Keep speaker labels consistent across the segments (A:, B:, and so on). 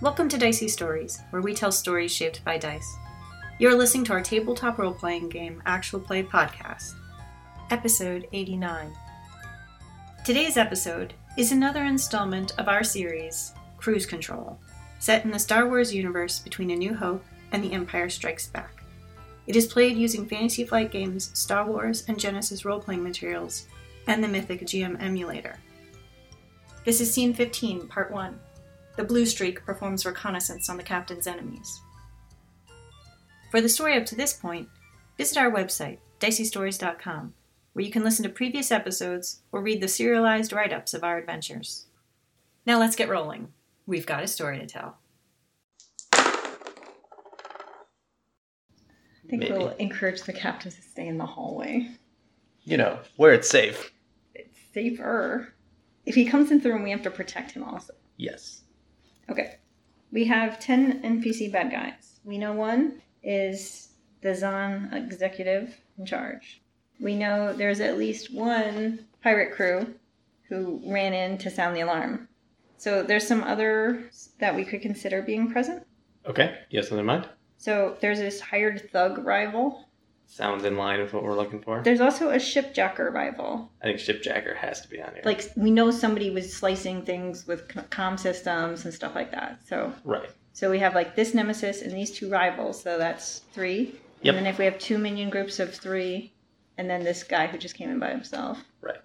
A: Welcome to Dicey Stories, where we tell stories shaped by dice. You're listening to our tabletop role playing game Actual Play podcast, episode 89. Today's episode is another installment of our series, Cruise Control, set in the Star Wars universe between A New Hope and The Empire Strikes Back. It is played using Fantasy Flight Games, Star Wars, and Genesis role playing materials, and the Mythic GM emulator. This is Scene 15, Part 1. The Blue Streak performs reconnaissance on the captain's enemies. For the story up to this point, visit our website, diceystories.com, where you can listen to previous episodes or read the serialized write ups of our adventures. Now let's get rolling. We've got a story to tell.
B: I think
C: Maybe.
B: we'll encourage the captain to stay in the hallway.
C: you know, where it's safe.
B: It's safer. If he comes in the room, we have to protect him also.
C: Yes.
B: Okay. We have 10 NPC bad guys. We know one is the Zon executive in charge. We know there's at least one pirate crew who ran in to sound the alarm. So there's some others that we could consider being present.
C: Okay. You have something in mind?
B: So there's this hired thug rival.
C: Sounds in line with what we're looking for.
B: There's also a shipjacker rival.
C: I think Shipjacker has to be on here.
B: like we know somebody was slicing things with c- comm systems and stuff like that. So
C: right.
B: so we have like this nemesis and these two rivals. So that's three.
C: Yep.
B: And then if we have two minion groups of three, and then this guy who just came in by himself,
C: Right.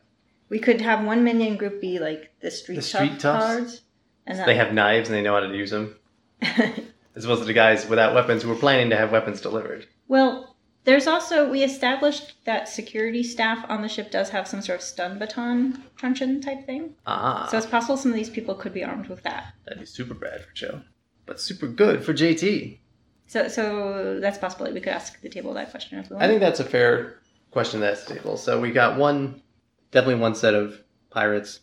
B: we could have one minion group be like the street,
C: The street
B: tough
C: toughs?
B: cards, and
C: They have knives and they know how to use them,
B: have.
C: as opposed to the guys without weapons who were planning to have weapons delivered.
B: well, there's also we established that security staff on the ship does have some sort of stun baton truncheon type thing.
C: Ah.
B: So it's possible some of these people could be armed with that.
C: that'd be super bad for Joe, but super good for JT.
B: So, so that's possible. We could ask the table that question if we want.
C: I think that's a fair question to ask the table. So we got one, definitely one set of pirates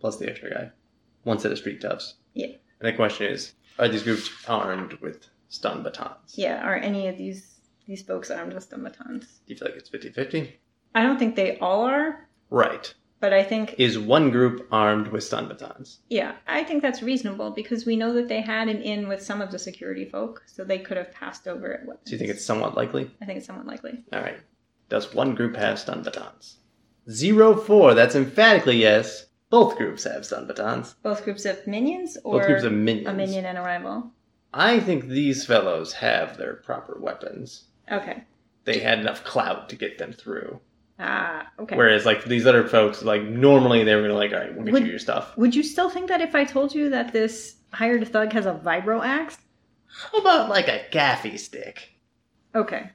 C: plus the extra guy, one set of street toughs.
B: Yeah.
C: And the question is, are these groups armed with stun batons?
B: yeah. Are any of these these folks armed with stun batons?
C: Do you feel like it's 50 50?
B: I don't think they all are,
C: Right.
B: but I think
C: Is one group armed with stun batons?
B: yeah, I think that's reasonable because we know that they had an in with some of the security folk, so they could have passed over it.
C: Do you think it's somewhat likely?
B: I think it's somewhat likely.
C: All right. Does one group have stun batons? Zero four. That's emphatically yes. Both groups have stun batons.
B: Both groups of minions or
C: Both groups of minions.
B: a minion and a rival.
C: I think these fellows have their proper weapons.
B: Okay.
C: They had enough clout to get them through.
B: Ah. Okay.
C: Whereas, like these other folks, like normally they were gonna like, all right, we'll get
B: Would-
C: you your stuff.
B: Would you still think that if I told you that this hired thug has a vibro axe?
C: How about like a gaffy stick?
B: Okay.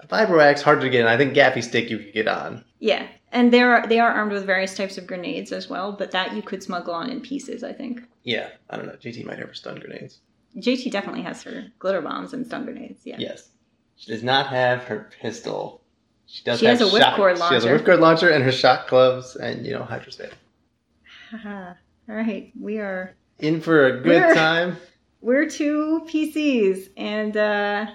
C: A vibro axe hard to get, and I think gaffy stick you could get on.
B: Yeah, and they are they are armed with various types of grenades as well, but that you could smuggle on in pieces. I think
C: Yeah, I don't know. JT might have her stun grenades.
B: JT definitely has her glitter bombs and stun grenades. Yeah,
C: Yes. She does not have her pistol. She does
B: She
C: have
B: has a
C: shot-
B: whipcord
C: She has a
B: launcher.
C: whipcord launcher and her shot gloves and, you know, hydrostatic.
B: Haha. All right, we are
C: In for a good
B: We're-
C: time.
B: we're two PCs and uh,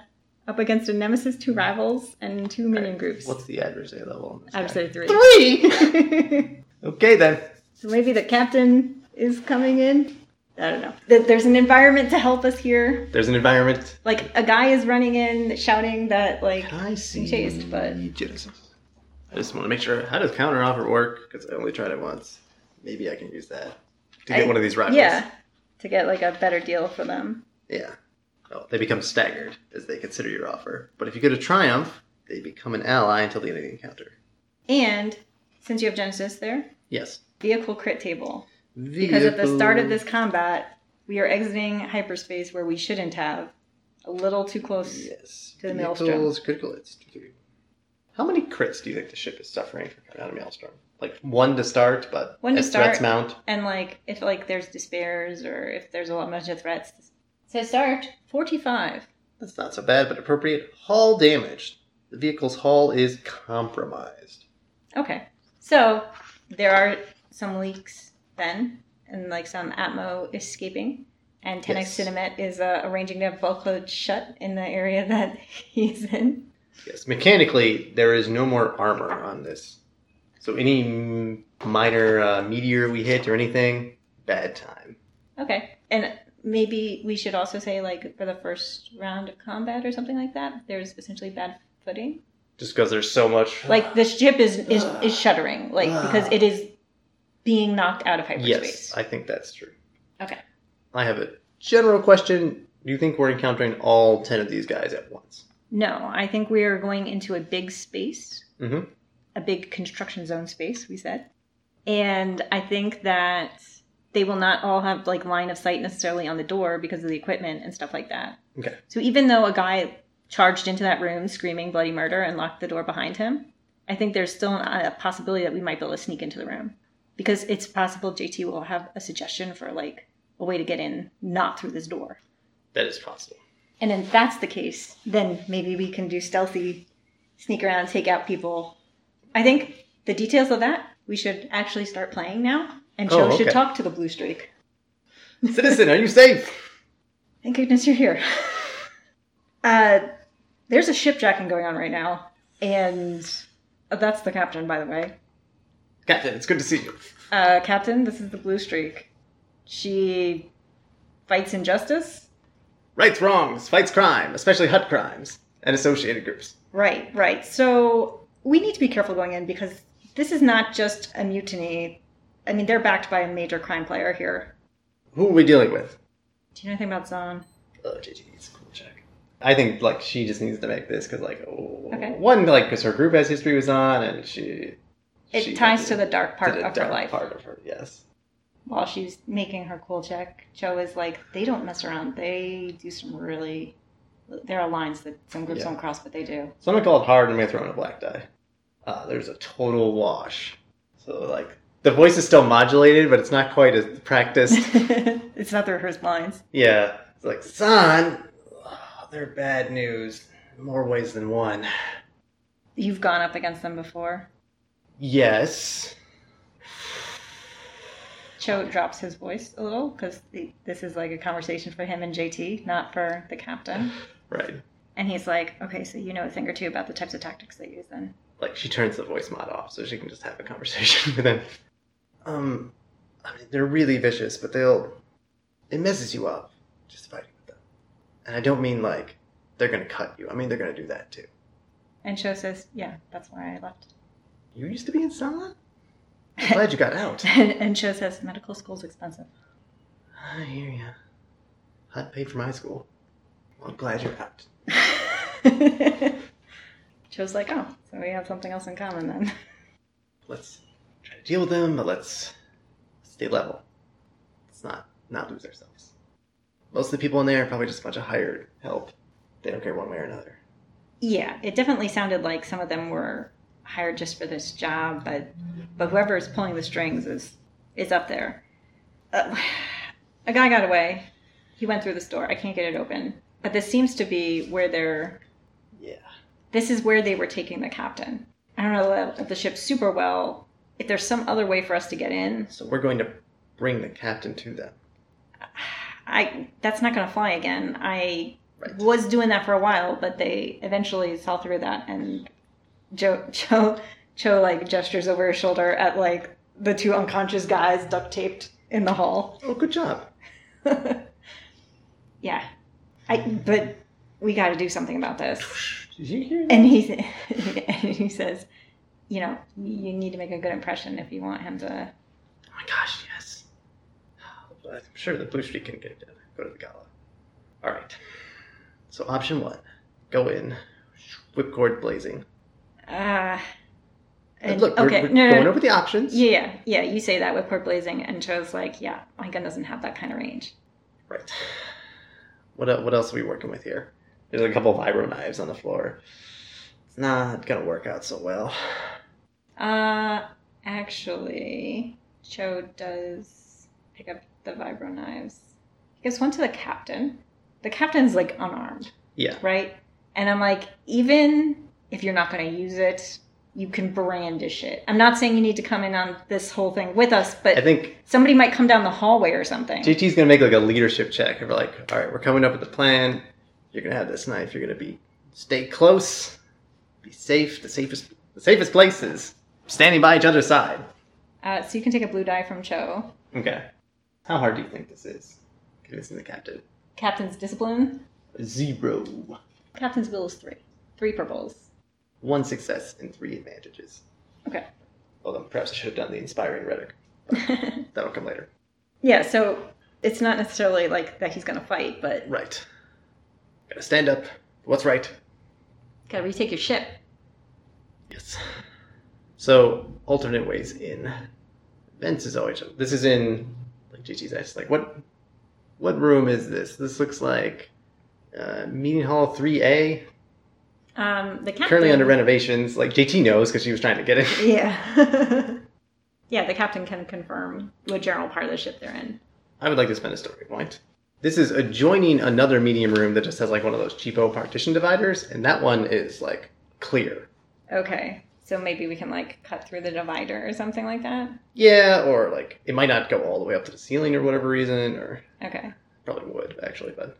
B: up against a nemesis, two rivals, and two minion groups.
C: What's the adversary level on this? guy?
B: I'd say three.
C: Three! okay, then.
B: so maybe the captain is coming in. I don't know. Th- There's an environment to help us here.
C: There's an environment.
B: Like a guy is running in, shouting that like
C: I see.
B: Chased, but-
C: Genesis. I just want to make sure. How does counter offer work? Because I only tried it once. Maybe I can use that to get
B: I-
C: one of these rivals.
B: yeah, to get like a better deal for them.
C: Yeah. Well, they become staggered as they consider your offer. But if you go to Triumph, they become an ally until the end of the encounter.
B: And since you have Genesis there,
C: Yes.
B: vehicle crit table. Because at the start of this combat, we are exiting hyperspace where we shouldn't have. A little too close.
C: Yes.
B: to the
C: Vehicles,
B: maelstrom.
C: critical hits. How many crits do you think the ship is suffering from coming out of Maelstrom? Like one to start, but
B: One to
C: as threats
B: start.
C: mount.
B: And like if like there's despairs or if there's a lot bunch of threats. So start forty five.
C: That's not so bad, but appropriate. Hull damage. The vehicle's hull is compromised.
B: Okay. So there are some leaks then and like some Atmo escaping. And 10x
C: Yes.
B: Cinemet is uh, arranging to have bulk loads shut in the area that he's in.
C: Yes. Mechanically, there is no more armor on this. So any m- minor uh, meteor we hit or anything, bad time.
B: Okay. And maybe we should also say like for the first round of combat or something like that there's essentially bad footing
C: Just because there's so much.
B: like the ship is is, is shuddering like because it is being knocked out of hyperspace
C: yes, I think that's true.
B: Okay.
C: I have a general question. Do you think we're encountering all ten of these guys at once?
B: no i think we are going into a big space
C: Mhm.
B: a big construction zone space we said and i think that they will not all have like line of sight necessarily on the door because of the equipment and stuff like that
C: Okay.
B: So even though a guy charged into that room screaming bloody murder and locked the door behind him, I think there's still an- a possibility that we might be able to sneak into the room because it's possible JT will have a suggestion for like a way to get in, not through this door.
C: That is possible.
B: And then if that's the case, then maybe we can do stealthy, sneak around, take out people. I think the details of that we should actually start playing now, and Joe
C: Oh,
B: should
C: okay.
B: talk to the blue streak.
C: Citizen, are you safe?
B: Thank goodness you're here. uh, there's a shipjacking going on right now, and oh, that's the captain, by the way.
C: Captain, it's good to see you.
B: Uh, captain, this is the Blue Streak. She fights injustice.
C: Rights wrongs, fights crime, especially hut crimes and associated groups.
B: Right, right. So we need to be careful going in because this is not just a mutiny. I mean, they're backed by a major crime player here.
C: Who are we dealing with?
B: Do you know anything about Zon?
C: Oh, JG needs a cool check. I think like she just needs to make this because like oh,
B: Okay.
C: one like because her group has history was on and she
B: It
C: she
B: ties
C: had
B: to the dark part
C: to the
B: of her
C: dark
B: life.
C: part of her yes
B: while she's making her cool check, Joe is like, they don't mess around. They do some really. There are lines that some groups
C: Yeah.
B: don't cross, but they do.
C: so I'm gonna call it hard and I'm gonna throw in a black die. Uh, there's a total wash so like the voice is still modulated but it's not quite as practiced
B: it's not the rehearsed lines.
C: yeah it's like son oh, they're bad news more ways than one
B: You've gone up against them before.
C: yes
B: Cho drops his voice a little because this is like a conversation for him and JT, not for the captain.
C: right
B: And he's like, okay, so you know a thing or two about the types of tactics they use then.
C: like she turns the voice mod off so she can just have a conversation with him. Um, I mean they're really vicious, but they'll it messes you up just fighting with them. And I don't mean like they're gonna cut you. I mean they're gonna do that too.
B: And Cho says, yeah, that's why I left.
C: You used to be in Sana. I'm glad you got out.
B: and, and Cho says, medical school's expensive.
C: I hear ya. Hot paid for my school. Well, I'm glad you're out.
B: She was like, oh, so we have something else in common then.
C: Let's try to deal with them, but let's stay level. Let's not not lose ourselves. Most of the people in there are probably just a bunch of hired help. They don't care one way or another.
B: Yeah, it definitely sounded like some of them were hired just for this job, but but whoever is pulling the strings is is up there. Uh, a guy got away. He went through this door. I can't get it open. But this seems to be where they're.
C: Yeah.
B: This is where they were taking the captain. I don't know the, the ship super well. If there's some other way for us to get in,
C: So we're going to bring the captain to them.
B: I that's not going to fly again. I
C: Right.
B: was doing that for a while, but they eventually saw through that. And Joe Joe Cho like gestures over his shoulder at like the two unconscious guys duct taped in the hall.
C: Oh, good job.
B: Yeah, I but we got to do something about this.
C: Did you hear that?
B: And he and he says, you know, you need to make a good impression if you want him to.
C: Oh my gosh, yes. I'm sure the Blue Streak can get it done. Go to the gala. All right. So option one, go in, whipcord blazing.
B: Uh,
C: And look, we're, we're going over the options.
B: Yeah, yeah, yeah. You say that with Port Blazing, and Joe's like, yeah, my gun doesn't have that kind of range.
C: Right. What el- what else are we working with here? There's a couple of vibro knives on the floor. It's not gonna work out so well.
B: Uh, actually, Joe does pick up the vibro knives. He gives one to the captain. The captain's like unarmed,
C: Yeah.
B: right? And I'm like, even if you're not going to use it, you can brandish it. I'm not saying you need to come in on this whole thing with us,
C: I
B: but
C: think
B: somebody might come down the hallway or something.
C: JT's gonna make like a leadership check of like, all right, we're coming up with a plan. You're gonna have this knife. You're gonna be stay close, be safe. The safest, the safest places. Standing by each other's side.
B: Uh, so you can take a blue die from Cho.
C: Okay. How hard do you think this is? convincing the captain.
B: Captain's discipline.
C: Zero.
B: Captain's bill is three. Three purples.
C: One success and three advantages.
B: Okay.
C: Although perhaps I should have done the inspiring rhetoric. That'll come later.
B: yeah, so it's not necessarily like that he's gonna fight, but
C: Right. Gotta stand up. What's right?
B: gotta retake your ship.
C: Yes. So alternate ways in. Vents is always this is in like GT's eyes. Like what what room is this? This looks like uh, meeting hall 3A.
B: Um, the captain
C: Currently under renovations. Like JT knows because she was trying to get in.
B: Yeah. yeah, the captain can confirm what general part of the ship they're in.
C: I would like to spend a story point. This is adjoining another medium room that just has like one of those cheapo partition dividers, and that one is like clear.
B: Okay. So maybe we can like cut through the divider or something like that.
C: Yeah, or like it might not go all the way up to the ceiling or whatever reason, or
B: Okay.
C: probably would actually, but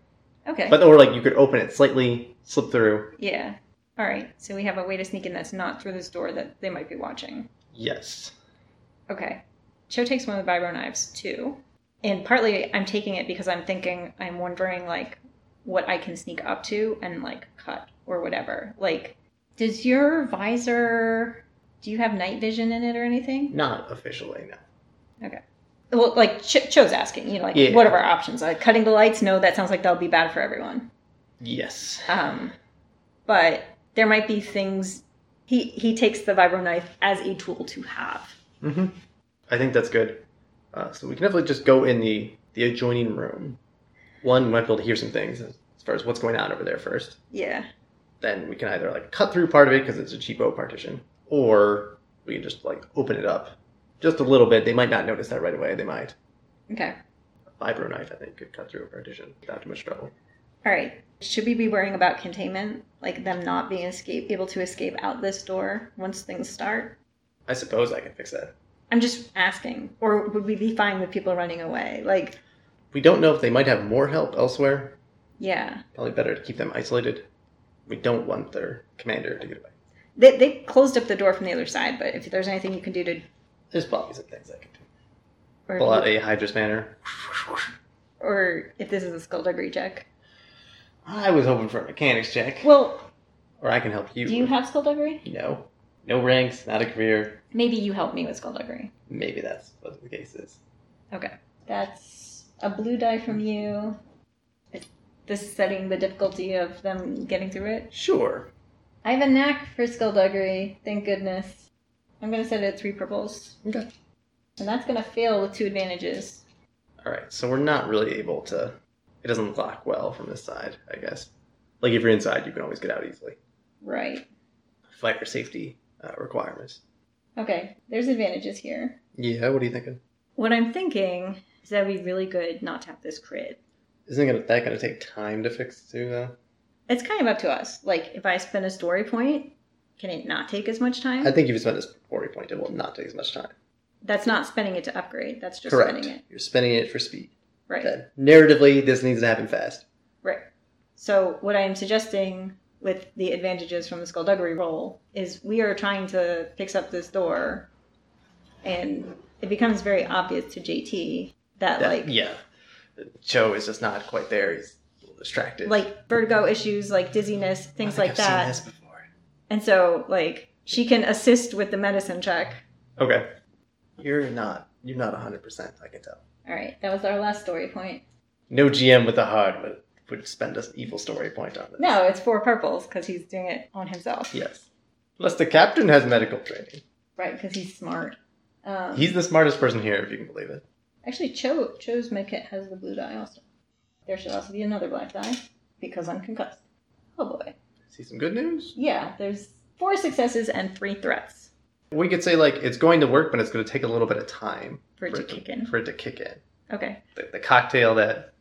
B: Okay.
C: but or like you could open it slightly, slip through.
B: yeah. All right. So we have a way to sneak in that's not through this door that they might be watching.
C: Yes.
B: Okay. Cho takes one of the vibro knives too. And partly I'm taking it because I'm thinking, I'm wondering like what I can sneak up to and like cut or whatever. Like, does your visor, do you have night vision in it or anything?
C: Not officially, no.
B: Well, like Ch- Cho's asking, you know, like
C: Yeah.
B: what are our options? Like cutting the lights? No, that sounds like that'll be bad for everyone.
C: Yes.
B: Um, but there might be things. He he takes the vibro knife as a tool to have.
C: hmm I think that's good. Uh, so we can definitely just go in the the adjoining room. One we might be able to hear some things as far as what's going on over there first.
B: Yeah.
C: then we can either like cut through part of it because it's a cheapo partition, or we can just like open it up just a little bit. They might not notice that right away. They might.
B: Okay.
C: A vibro knife, I think, could cut through a partition without too much trouble.
B: All right. Should we be worrying about containment, like them not being escape able to escape out this door once things start?
C: I suppose I can fix that.
B: I'm just asking. Or would we be fine with people running away? Like,
C: We don't know if they might have more help elsewhere.
B: yeah,
C: Probably better to keep them isolated. We don't want their commander to get away.
B: they they closed up the door from the other side. But if there's anything you can do to,
C: There's probably some things I can do.
B: or
C: Pull out a Hydra spanner.
B: or if this is a skullduggery check.
C: I was hoping for a mechanics check,
B: Well,
C: or I can help you.
B: do you have skullduggery?
C: no, no ranks, not a career.
B: Maybe you help me with skullduggery.
C: Maybe that's what the case is.
B: Okay. That's a blue die from you. This is setting the difficulty of them getting through it.
C: Sure,
B: I have a knack for skullduggery, thank goodness. I'm gonna set it at three purples.
C: Okay.
B: And that's gonna fail with two advantages.
C: All right, so we're not really able to. It doesn't lock well from this side, I guess. Like if you're inside, you can always get out easily.
B: Right.
C: Fire safety uh, requirements.
B: Okay, there's advantages here.
C: Yeah, what are you thinking?
B: What I'm thinking is that it'd be really good not to have this crit.
C: Isn't gonna, that gonna take time to fix too, though?
B: It's kind of up to us. Like, if I spend a story point, can it not take as much time?
C: I think if you spend this forty point, it will not take as much time.
B: That's not spending it to upgrade. That's just
C: Correct.
B: spending it.
C: You're spending it for speed.
B: Right.
C: Then narratively, this needs to happen fast.
B: Right. So what I am suggesting with the advantages from the skullduggery roll is we are trying to fix up this door, and it becomes very obvious to JT that,
C: That-
B: like
C: yeah, Joe is just not quite there. He's a little distracted.
B: like vertigo issues, like dizziness, things
C: I
B: like
C: think I've
B: that,
C: Seen this before.
B: and so like she can assist with the medicine check.
C: Okay. You're not. You're not hundred percent. I can tell.
B: All right, that was our last story point.
C: No GM with a heart would, would spend an evil story point on this.
B: No, it's four purples because he's doing it on himself.
C: Yes. Unless the captain has medical training.
B: Right, because he's smart. Um,
C: He's the smartest person here, if you can believe it.
B: Actually, Cho Cho's medkit has the blue die also. There should also be another black die because I'm concussed. Oh boy.
C: See some good news?
B: Yeah, there's four successes and three threats
C: We could say, like, it's going to work, but it's going to take a little bit of time
B: for it to kick in.
C: For it to kick in.
B: Okay.
C: The, the cocktail that,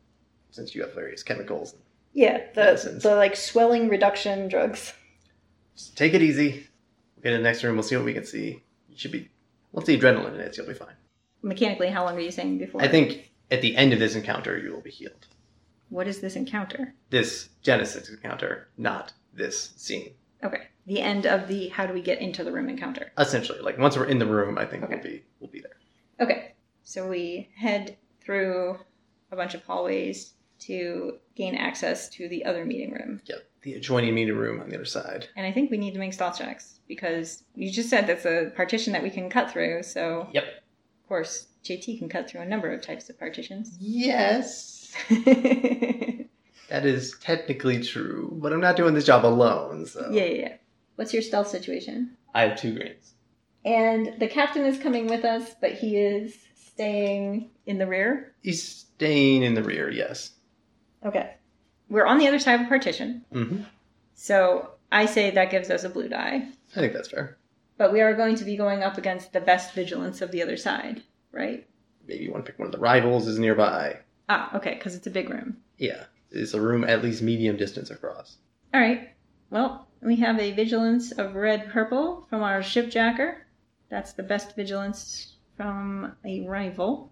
C: since you have various chemicals,
B: Yeah, the
C: Medicines.
B: the like swelling reduction drugs.
C: just take it easy. We'll get in the next room, we'll see what we can see. You should be, once the adrenaline hits, you'll be fine.
B: Mechanically, how long were you saying before?
C: I think at the end of this encounter, you will be healed.
B: What is this encounter?
C: This Genesis encounter, not this scene.
B: Okay. The end of the how do we get into the room encounter.
C: essentially like once we're in the room i think
B: Okay.
C: we'll be we'll be there
B: Okay. So we head through a bunch of hallways to gain access to the other meeting room.
C: Yep. The adjoining meeting room on the other side.
B: And I think we need to make stealth checks because you just said that's a partition that we can cut through. So,
C: Yep.
B: of course, JT can cut through a number of types of partitions.
C: Yes. That is technically true, but I'm not doing this job alone, so.
B: Yeah, yeah, yeah. What's your stealth situation?
C: I have two greens.
B: And the captain is coming with us, but he is staying in the rear.
C: He's staying in the rear, yes.
B: Okay. We're on the other side of a partition.
C: hmm
B: So I say that gives us a blue die.
C: I think that's fair.
B: But we are going to be going up against the best vigilance of the other side, right?
C: Maybe you want to pick one of the rivals is nearby.
B: Ah, okay, because it's a big room.
C: Yeah. It's a room at least medium distance across.
B: All right. Well, we have a vigilance of red purple from our shipjacker. That's the best vigilance from a rival.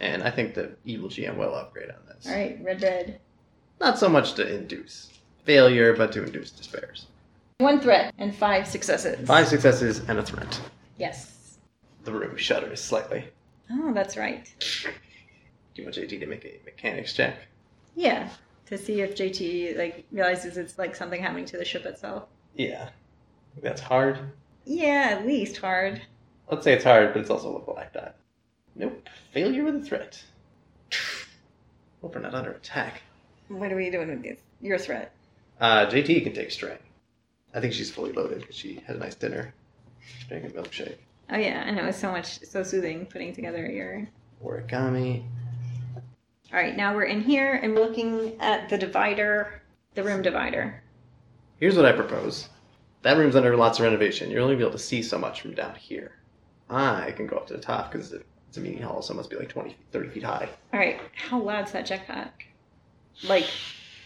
C: And I think the evil GM will upgrade on this.
B: All right, red, red.
C: Not so much to induce failure, but to induce despairs.
B: One threat and five successes.
C: Five successes and a threat.
B: Yes.
C: The room shudders slightly.
B: Oh, that's right.
C: Do you want JD to make a mechanics check?
B: Yeah. To see if JT like realizes it's like something happening to the ship itself.
C: Yeah. That's hard.
B: Yeah, at least hard.
C: Let's say it's hard, but it's also a black dot. Nope. Failure with a threat. Hope we're not under attack.
B: What are we doing with this? Your threat.
C: Uh, JT can take strain. I think she's fully loaded because she had a nice dinner. She's drinking a milkshake.
B: Oh yeah, I know it's so much so soothing putting together your
C: Origami.
B: All right, now we're in here and we're looking at the divider, the room divider.
C: Here's what I propose. That room's under lots of renovation. You'll only be able to see so much from down here. I can go up to the top because it's a meeting hall, so it must be like 20, 30 feet high.
B: All right, how loud's that jetpack? Like,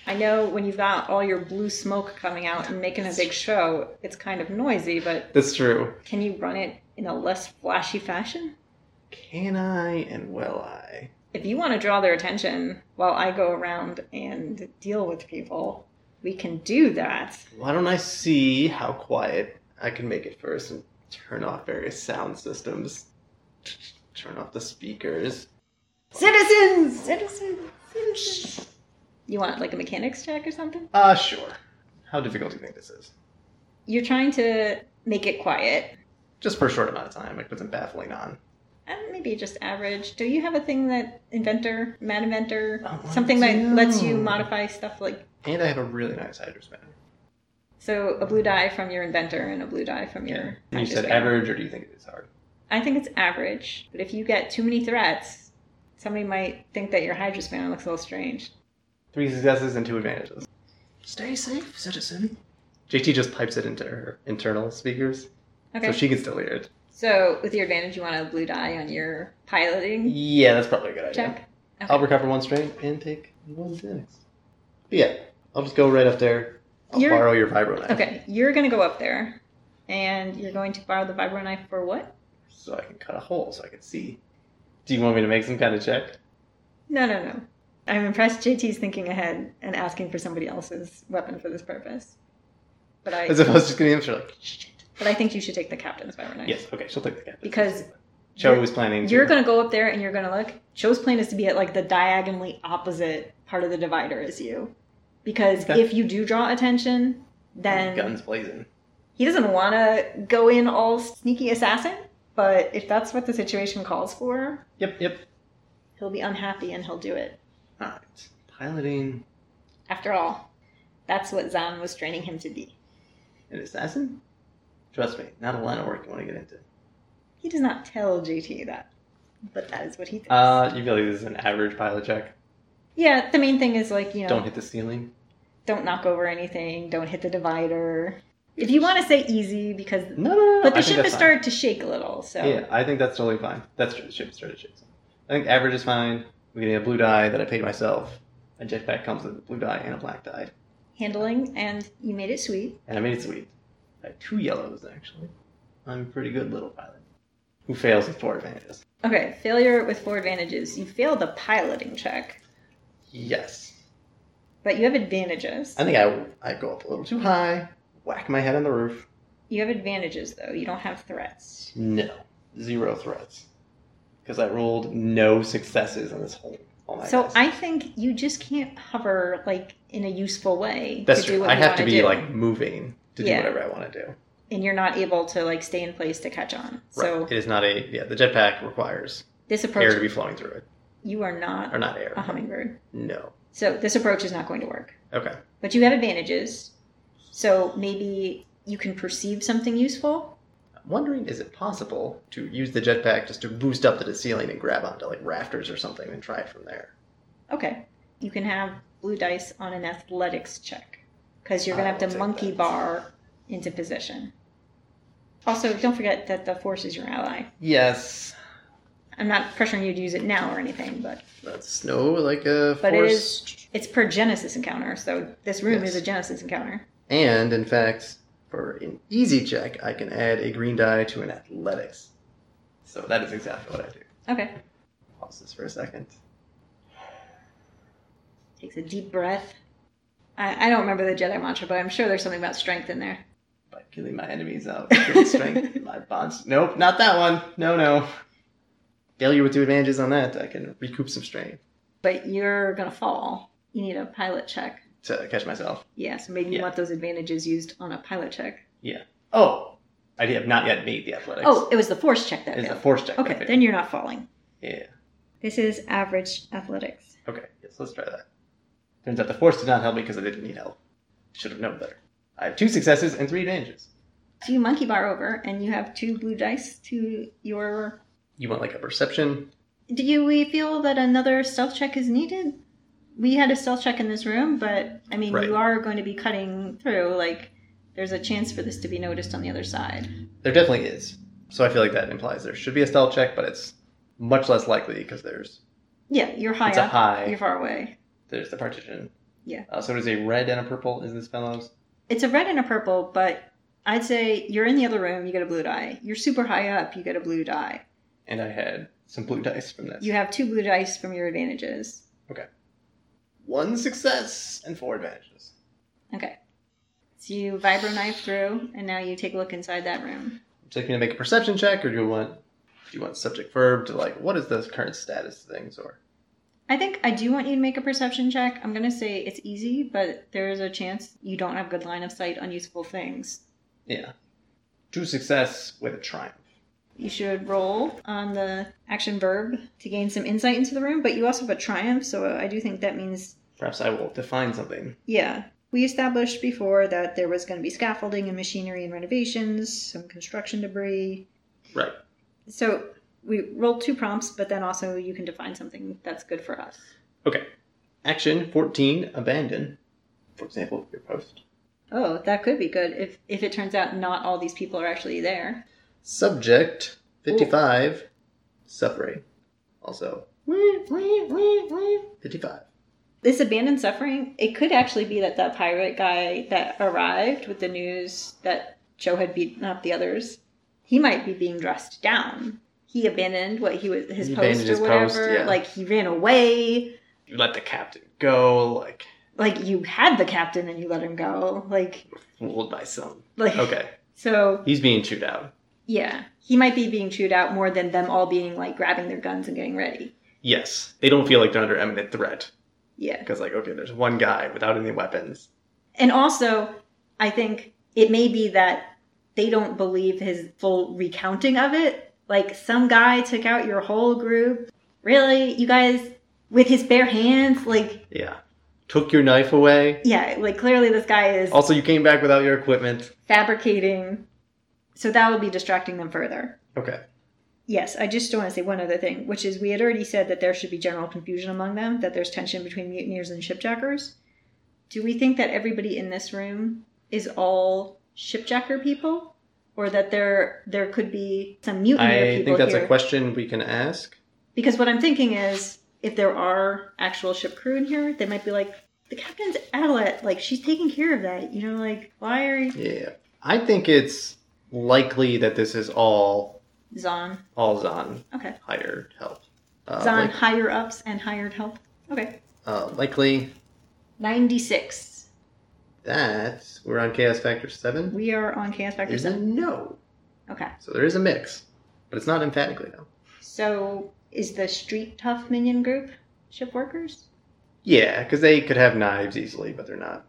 B: I know when you've got all your blue smoke coming out and making a big show, it's kind of noisy, but
C: That's true.
B: can you run it in a less flashy fashion?
C: Can I and will I?
B: If you want to draw their attention while I go around and deal with people, we can do that.
C: Why don't I see how quiet I can make it first and turn off various sound systems? Turn off the speakers.
B: Citizens! Citizens! Citizens! You want like a mechanics check or something?
C: Ah, sure. How difficult do you think this is?
B: You're trying to make it quiet.
C: Just for a short amount of time. I put some baffling on.
B: And Uh, maybe just average. Do you have a thing that inventor, mad inventor,
C: I want
B: something that
C: to.
B: lets you modify stuff like
C: And I have a really nice hydro spanner.
B: so a blue die from your inventor and a blue die from your.
C: And you said
B: hydrospanner.
C: average, or do you think it is hard?
B: I think it's average, but if you get too many threats, somebody might think that your hydrospan looks a little strange.
C: Three successes and two advantages. Stay safe, citizen. JT just pipes it into her internal speakers,
B: Okay.
C: so she can still hear it.
B: so with your advantage, you want a blue die on your piloting
C: Yeah, that's probably a good idea.
B: check.
C: I'll recover one strain and take one damage. But yeah, I'll just go right up there. I'll
B: You're-
C: borrow your vibro knife
B: Okay, you're gonna go up there, and you're going to borrow the vibro knife for what?
C: so I can cut a hole so I can see. Do you want me to make some kind of check?
B: No, no, no. I'm impressed. JT's thinking ahead and asking for somebody else's weapon for this purpose. But I,
C: As opposed to getting him sure, like,
B: but I think you should take the captain's vibro knife.
C: yes, okay, she'll take the captain.
B: Because
C: Cho
B: you're-
C: was planning to.
B: You're gonna go up there and you're gonna look. Joe's plan is to be at like the diagonally opposite part of the divider as you, because
C: Okay.
B: if you do draw attention, then
C: Guns blazing.
B: he doesn't want to go in all sneaky assassin. But if that's what the situation calls for,
C: Yep, yep.
B: He'll be unhappy and he'll do it.
C: Alright. Piloting
B: After all, that's what Zahn was training him to be.
C: an assassin? Trust me, not a line of work you want to get into.
B: He does not tell JT that, but that is what he thinks.
C: Uh, you feel like this is an average pilot check?
B: yeah, the main thing is like, you know,
C: Don't
B: don't,
C: hit the ceiling.
B: knock over anything, don't hit the divider. If you want to say easy, because.
C: No, no, no. no,
B: But
C: I
B: the
C: think
B: ship
C: that's
B: has
C: fine.
B: started to shake a little, so.
C: Yeah, I think that's totally fine. That's true. The ship started chasing. I think average is fine. We get a blue die that I paid myself. A jetpack comes with a blue die and a black die.
B: Handling, and you made it sweet.
C: And I made it sweet. I had two yellows, actually. I'm a pretty good little pilot. Who fails with four advantages.
B: Okay, failure with four advantages. You fail the piloting check,
C: Yes.
B: but you have advantages.
C: I think I, I go up a little too high, whack my head on the roof.
B: You have advantages, though. You don't have threats.
C: No. Zero threats. Because Oh, I rolled no successes on this whole all my
B: So
C: dice.
B: I think you just can't hover like in a useful way
C: That's
B: to
C: true.
B: do what
C: I
B: you
C: have to
B: wanna
C: be
B: do.
C: like moving to
B: Yeah.
C: do whatever I want to do.
B: and you're not able to like stay in place to catch on. So
C: Right. It is not a yeah. The jetpack requires
B: this
C: air
B: approach, Uh-huh.
C: to be flowing through it,
B: you are
C: or
B: not
C: not air.
B: a hummingbird.
C: No.
B: So this approach is not going to work.
C: Okay.
B: But you have advantages. So maybe you can perceive something useful.
C: I'm wondering, is it possible to use the jetpack just to boost up to the ceiling and grab onto like rafters or something and try it from there?
B: Okay, you can have blue dice on an athletics check because you're gonna
C: I
B: have to
C: will take
B: monkey
C: that.
B: bar into position. Also, don't forget that the force is your ally.
C: Yes.
B: I'm not pressuring you to use it now or anything, but
C: That's snow like a
B: But it is-
C: force.
B: it's per Genesis encounter, so this room
C: Yes.
B: is a Genesis encounter.
C: And in fact, for an easy check, I can add a green die to an athletics. So that is exactly what I do.
B: Okay.
C: Pause this for a second.
B: Takes a deep breath. I, I don't remember the Jedi mantra, but I'm sure there's something about strength in there.
C: By killing my enemies out, great strength, my bonds. Nope, not that one. No, no. Failure with two advantages on that. I can recoup some strength
B: But you're gonna fall. You need a pilot check.
C: to catch myself.
B: Yeah, so maybe you
C: Yeah.
B: want those advantages used on a pilot check.
C: Oh, I have not yet made the athletics.
B: Oh, it was the force check that
C: it's a
B: failed.
C: force check.
B: Okay,
C: that
B: then you're not falling.
C: failed.
B: This is average athletics.
C: yeah. Okay, yes, let's try that. Turns out the force did not help me because I didn't need help. Should have known better. I have two successes and three advantages.
B: So you monkey bar over, and you have two blue dice to your.
C: You want like a perception?
B: Do you, we feel that another stealth check is needed? We had a stealth check in this room, but I mean,
C: Right.
B: you are going to be cutting through. Like, there's a chance for this to be noticed on the other side.
C: There definitely is. So I feel like that implies there should be a stealth check, but it's much less likely because there's
B: Yeah, you're high
C: it's a
B: up.
C: high.
B: You're far away.
C: There's the partition.
B: Yeah.
C: Uh, so it is a red and a purple. Is this fellows?
B: It's a red and a purple, but I'd say you're in the other room, you get a blue die. You're super high up, you get a blue die.
C: And I had some blue dice from this.
B: You have two blue dice from your advantages.
C: One success and four advantages.
B: Okay. So you vibro knife through, and now you take a look inside that room.
C: Would you like me to make a perception check, or do you want do you want subject verb to like what is the current status of things? Or
B: I think I do want you to make a perception check. I'm gonna say it's easy, but there is a chance you don't have good line of sight on useful things.
C: yeah, two success with a triumph.
B: You should roll on the action verb to gain some insight into the room, but you also have a triumph, so I do think that means
C: Perhaps I will define something.
B: Yeah. We established before that there was going to be scaffolding and machinery and renovations, some construction debris.
C: Right.
B: So we rolled two prompts, but then also you can define something that's good for us.
C: Okay. Action fourteen abandon. For example, your post.
B: Oh, that could be good if if it turns out not all these people are actually there.
C: Subject fifty five suffering. Also fifty five.
B: This abandoned suffering, it could actually be that that pirate guy that arrived with the news that Joe had beaten up the others, he might be being dressed down. He abandoned what he was his
C: He
B: post
C: abandoned
B: or
C: his post,
B: whatever.
C: yeah.
B: Like he ran away.
C: You let the captain go, like
B: like you had the captain and you let him go like
C: fooled by some.
B: like
C: Okay.
B: so
C: He's being chewed out.
B: yeah he might be being chewed out more than them all being like grabbing their guns and getting ready
C: Yes. They don't feel like they're under imminent threat.
B: yeah
C: Because, like, okay, there's one guy without any weapons.
B: and also i think it may be that they don't believe his full recounting of it like some guy took out your whole group really you guys with his bare hands like
C: Yeah. Took your knife away.
B: yeah like clearly this guy is
C: Also, you came back without your equipment.
B: fabricating so that will be distracting them further
C: Okay.
B: Yes, I just want to say one other thing, which is we had already said that there should be general confusion among them, that there's tension between mutineers and shipjackers. Do we think that everybody in this room is all shipjacker people, or that there there could be some mutineer
C: I
B: people
C: think that's
B: here?
C: a question we can ask.
B: Because what I'm thinking is, if there are actual ship crew in here, they might be like, the captain's Adelet, like she's taking care of that, you know, like why are you
C: Yeah. I think it's likely that this is all
B: Zon?
C: all Zon
B: Okay,
C: hired help. Uh,
B: Zon
C: like-
B: higher ups and hired help. Okay,
C: uh, likely
B: ninety six.
C: that we're on Chaos Factor 7
B: We are on Chaos Factor
C: is a
B: 7.
C: no.
B: Okay.
C: So there is a mix. But it's not emphatically, no.
B: So is the street tough minion group? ship workers?
C: Yeah, because they could have knives easily, but they're not.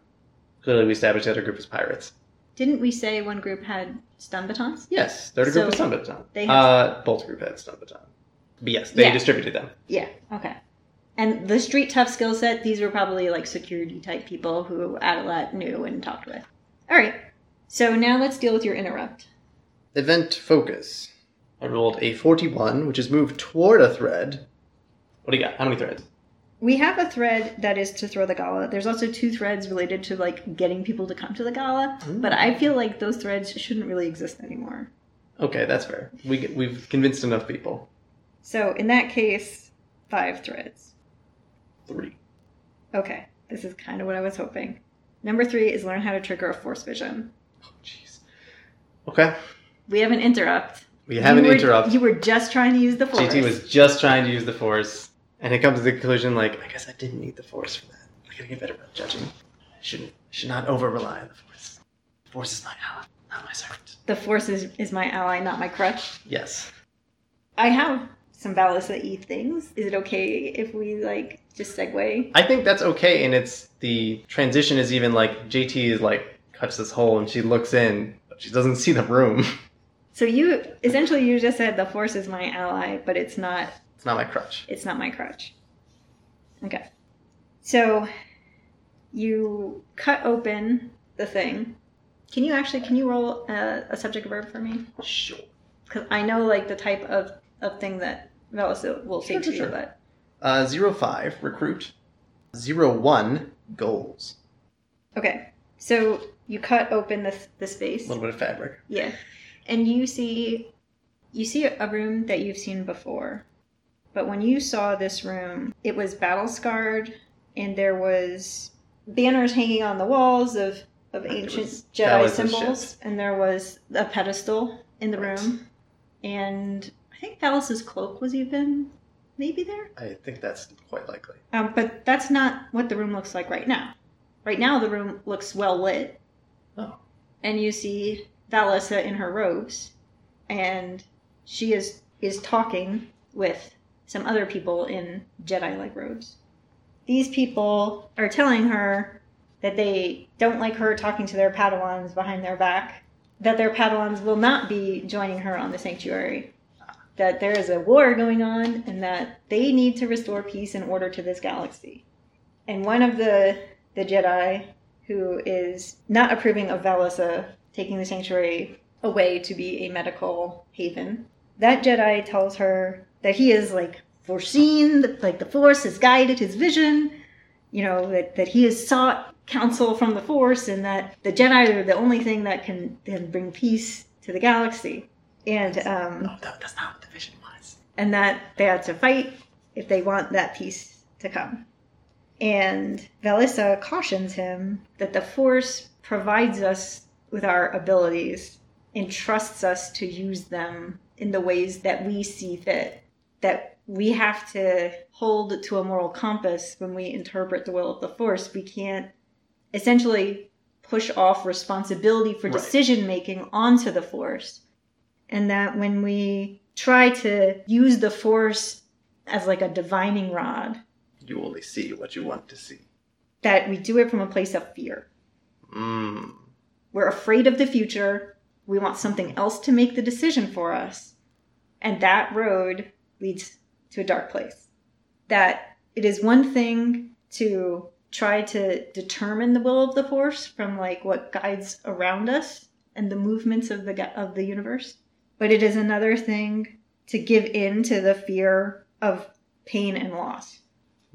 C: Clearly, we established the other group is pirates.
B: Didn't we say one group had stun batons?
C: Yes, the other group
B: So
C: was stun baton.
B: they had-
C: uh, both group had stun baton. But yes, they
B: Yeah.
C: distributed them.
B: Yeah. Okay. And the street tough skill set, these were probably like security type people who Adelat knew and talked with. All right. So now let's deal with your interrupt.
C: Event focus. I rolled a 41, which is moved toward a thread. What do you got? How many threads?
B: We have a thread that is to throw the gala. There's also two threads related to like getting people to come to the gala, but I feel like those threads shouldn't really exist anymore.
C: Okay, that's fair. We, we've convinced enough people.
B: So in that case, five threads.
C: Three.
B: Okay, this is kind of what I was hoping. Number three is learn how to trigger a force vision.
C: Oh, jeez. Okay.
B: We have an interrupt.
C: We have an
B: were,
C: interrupt.
B: You were just trying to use the force.
C: GT was just trying to use the force, and it comes to the conclusion like, I guess I didn't need the force for that. I gotta get better about judging. I shouldn't, should not over rely on the force. The force is my ally, not my servant.
B: The force is, is my ally, not my crutch.
C: Yes.
B: I have some Valisa E things. Is it okay if we like just segue?
C: I think that's okay, and it's the transition is even like JT is like cuts this hole and she looks in, but she doesn't see the room.
B: So you essentially you just said the force is my ally, but it's not
C: It's not my crutch.
B: it's not my crutch. Okay. So you cut open the thing. Can you actually can you roll a, a subject verb for me?
C: Sure.
B: Because I know like the type of, of thing that Velisa will say
C: Sure,
B: to
C: sure,
B: you,
C: sure.
B: but
C: Uh, zero five recruit. Zero one goals.
B: okay. So you cut open the the
C: A
B: space.
C: little bit of fabric.
B: Yeah. And you see you see a room that you've seen before. But when you saw this room, it was battle scarred and there was banners hanging on the walls of, of
C: Right, there
B: ancient
C: was
B: Jedi
C: palaces and
B: symbols and there was a pedestal in the
C: Right.
B: room. And I think Phallus's cloak was even maybe there.
C: I think that's quite likely.
B: Um, but that's not what the room looks like right now. Right now the room looks well lit
C: Oh.
B: and you see Valissa in her robes, and she is is talking with some other people in Jedi-like robes. These people are telling her that they don't like her talking to their Padawans behind their back, that their Padawans will not be joining her on the sanctuary, that there is a war going on, and that they need to restore peace and order to this galaxy. And one of the the Jedi who is not approving of Valisa taking the sanctuary away to be a medical haven. That Jedi tells her that he is like foreseen, that, like the Force has guided his vision, you know, that, that he has sought counsel from the Force and that the Jedi are the only thing that can, can bring peace to the galaxy. And um,
C: No, that, that's not what the vision was.
B: and that they had to fight if they want that peace to come. And Valissa cautions him that the Force provides us with our abilities and trusts us to use them in the ways that we see fit. That we have to hold to a moral compass when we interpret the will of the Force. We can't essentially push off responsibility for
C: Right.
B: decision making onto the Force and that when we try to use the force as like a divining rod
C: You only see what you want to see.
B: that we do it from a place of fear
C: Mmm.
B: we're afraid of the future we want something else to make the decision for us and that road leads to a dark place that it is one thing to try to determine the will of the force from like what guides around us and the movements of the ga- of the universe but it is another thing to give in to the fear of pain and loss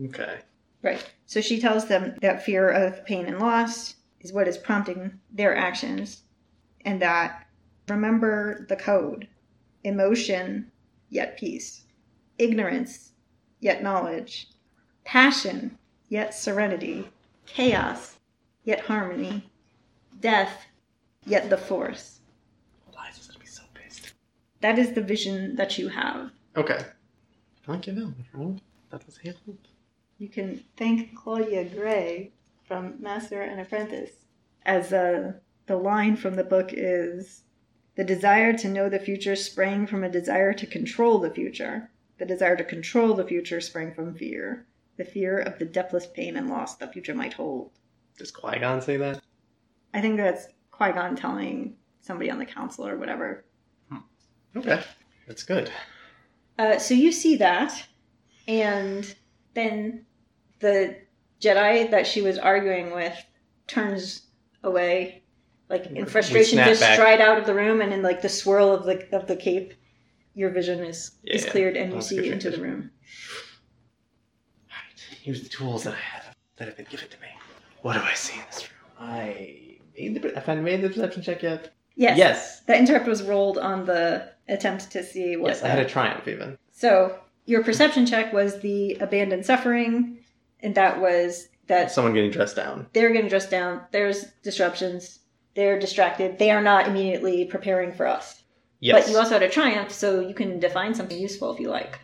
C: Okay.
B: Right. So she tells them that fear of pain and loss is what is prompting their actions, and that remember the code emotion, yet peace, ignorance, yet knowledge, passion, yet serenity, chaos, yet harmony, death, yet the force.
C: Eliza's gonna be so pissed.
B: That is the vision that you have.
C: Okay. Thank you, my friend. That was helpful.
B: You can thank Claudia Gray from Master and Apprentice. As uh, the line from the book is The desire to know the future sprang from a desire to control the future. The desire to control the future sprang from fear. the fear of the depthless pain and loss the future might hold.
C: Does Qui Gon say that?
B: I think that's Qui Gon telling somebody on the council or whatever.
C: Okay, that's good.
B: Uh, so you see that, and then the Jedi that she was arguing with turns away, like
C: We-
B: in
C: we
B: frustration,
C: snap
B: just
C: back.
B: stride out of the room, and in like the swirl of the of the cape, your vision is is
C: Yeah,
B: cleared, and you
C: that's a good
B: see into the
C: vision.
B: room.
C: Alright, here's the tools that I have that have been given to me. What do I see in this room? I made the. per- Have I made the perception check yet?
B: Yes.
C: Yes.
B: The interrupt was rolled on the attempt to see what.
C: Yes, I had a triumph even.
B: So your perception check was the abandoned suffering, and that was that
C: Someone getting dressed down.
B: they're getting dressed down. There's disruptions. They're distracted. They are not immediately preparing for us.
C: Yes.
B: But you also had a triumph, so you can define something useful if you like.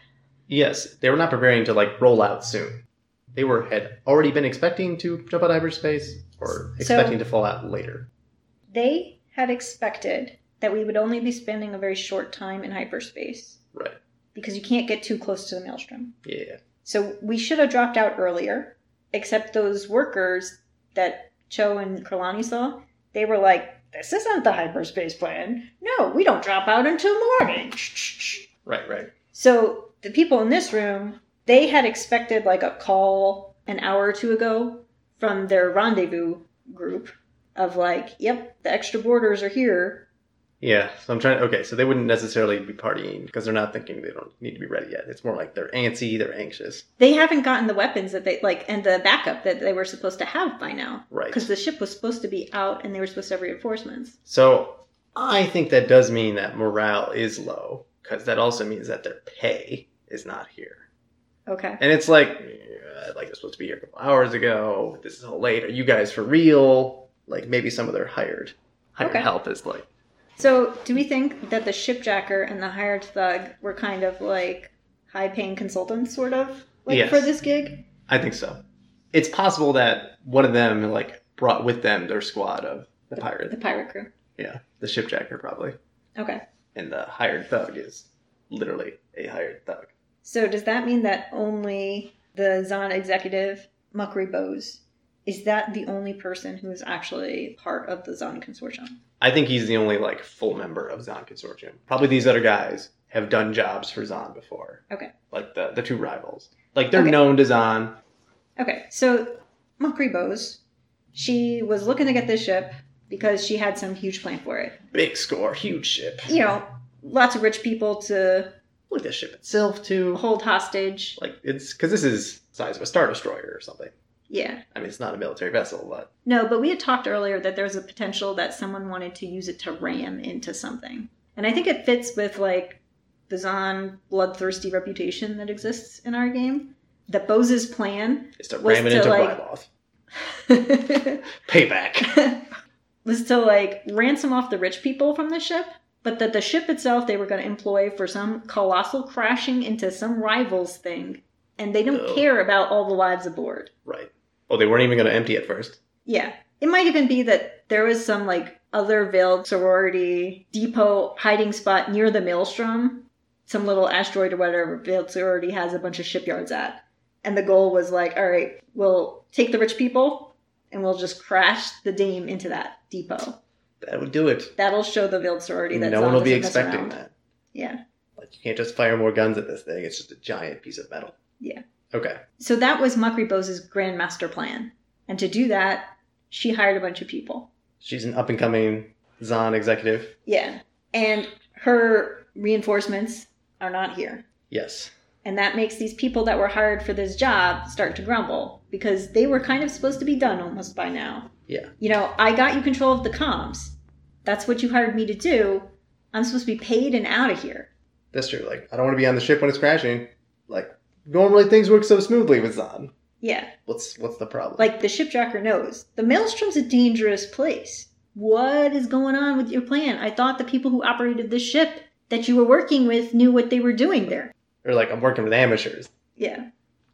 C: Yes, they were not preparing to like roll out soon. They were had already been expecting to jump out of hyperspace or
B: So-
C: expecting to fall out later.
B: They had expected that we would only be spending a very short time in hyperspace
C: Right.
B: because you can't get too close to the maelstrom.
C: Yeah.
B: So we should have dropped out earlier, except those workers that Cho and Kalani saw, they were like, this isn't the hyperspace plan. No, we don't drop out until morning.
C: Right, right.
B: So the people in this room, they had expected like a call an hour or two ago from their rendezvous group of like, yep, the extra borders are here.
C: Yeah. So I'm trying okay, so they wouldn't necessarily be partying because they're not thinking they don't need to be ready yet. It's more like they're antsy, they're anxious.
B: They haven't gotten the weapons that they like and the backup that they were supposed to have by now.
C: Right.
B: Because the ship was supposed to be out and they were supposed to have reinforcements.
C: So I think that does mean that morale is low because that also means that their pay is not here.
B: Okay.
C: And it's like, yeah, like they're supposed to be here a couple hours ago. This is all late. Are you guys for real? Like maybe some of their hired hired
B: Okay.
C: help is like,
B: So do we think that the shipjacker and the hired thug were kind of like high paying consultants sort of like
C: Yes.
B: for this gig?
C: I think so. It's possible that one of them like brought with them their squad of the
B: The
C: pirate,
B: pirate crew.
C: yeah, the shipjacker probably,
B: Okay.
C: and the hired thug is literally a hired thug.
B: So does that mean that only the Zon executive, Muckery Bose, is that the only person who is actually part of the Zon consortium?
C: I think he's the only like full member of Zon Consortium. Probably these other guys have done jobs for Zon before.
B: Okay.
C: Like the the two rivals. Like they're
B: Okay.
C: known to Zon.
B: Okay, so Muckery Bose, she was looking to get this ship because she had some huge plan for it.
C: Big score, huge ship.
B: You know, lots of rich people to
C: Like the ship itself too.
B: hold hostage.
C: Like it's because this is the size of a star destroyer or something.
B: Yeah.
C: I mean, it's not a military vessel, but
B: No, but we had talked earlier that there's a potential that someone wanted to use it to ram into something. And I think it fits with like the Zon bloodthirsty reputation that exists in our game. That Bose's plan
C: it's to
B: Was
C: ram it
B: to,
C: into
B: like-
C: Ryloth.
B: was
C: Payback.
B: to like ransom off the rich people from the ship, but that the ship itself they were going to employ for some colossal crashing into some rivals thing. And they don't
C: Oh.
B: care about all the lives aboard.
C: right. Oh, they weren't even going to empty it first.
B: Yeah. It might even be that there was some like other veiled sorority depot hiding spot near the maelstrom, some little asteroid or whatever veiled sorority has a bunch of shipyards at. And the goal was like, all right, we'll take the rich people and we'll just crash the dame into that depot.
C: That would do it.
B: That'll show the veiled sorority that
C: No one will
B: Zon
C: be
B: doesn't mess
C: expecting
B: around.
C: that.
B: Yeah.
C: Like you can't just fire more guns at this thing. It's just a giant piece of metal.
B: Yeah.
C: Okay.
B: So that was Muckery Bose's grand master plan. And to do that, she hired a bunch of people.
C: She's an up and coming Zon executive.
B: Yeah. And her reinforcements are not here.
C: Yes.
B: And that makes these people that were hired for this job start to grumble because they were kind of supposed to be done almost by now.
C: Yeah.
B: You know, I got you control of the comms. That's what you hired me to do. I'm supposed to be paid and out of here.
C: That's true. Like I don't want to be on the ship when it's crashing. Like normally things work so smoothly with Zon.
B: Yeah.
C: What's what's the problem?
B: Like the shipjacker knows. The maelstrom's a dangerous place. What is going on with your plan? I thought the people who operated this ship that you were working with knew what they were doing there.
C: or like I'm working with amateurs.
B: Yeah.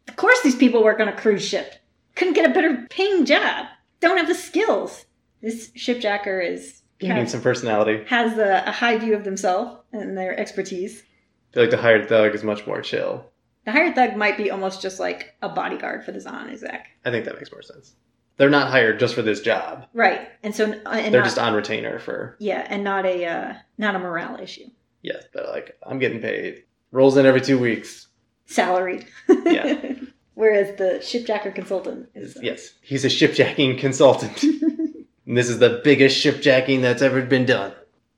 B: Of course these people work on a cruise ship. Couldn't get a better paying job. Don't have the skills. This shipjacker is
C: You need
B: has,
C: some personality.
B: has a, a high view of themselves and their expertise.
C: I feel like the hired thug is much more chill.
B: The hired thug might be almost just like a bodyguard for the Zon exec.
C: I think that makes more sense. They're not hired just for this job.
B: Right. And so uh, and
C: They're
B: not,
C: just on retainer for
B: yeah, and not a uh, not a morale issue.
C: yes. They're like, I'm getting paid. Rolls in every two weeks.
B: Salaried.
C: Yeah.
B: Whereas the shipjacker consultant is uh,
C: Yes, he's a shipjacking consultant. and this is the biggest shipjacking that's ever been done.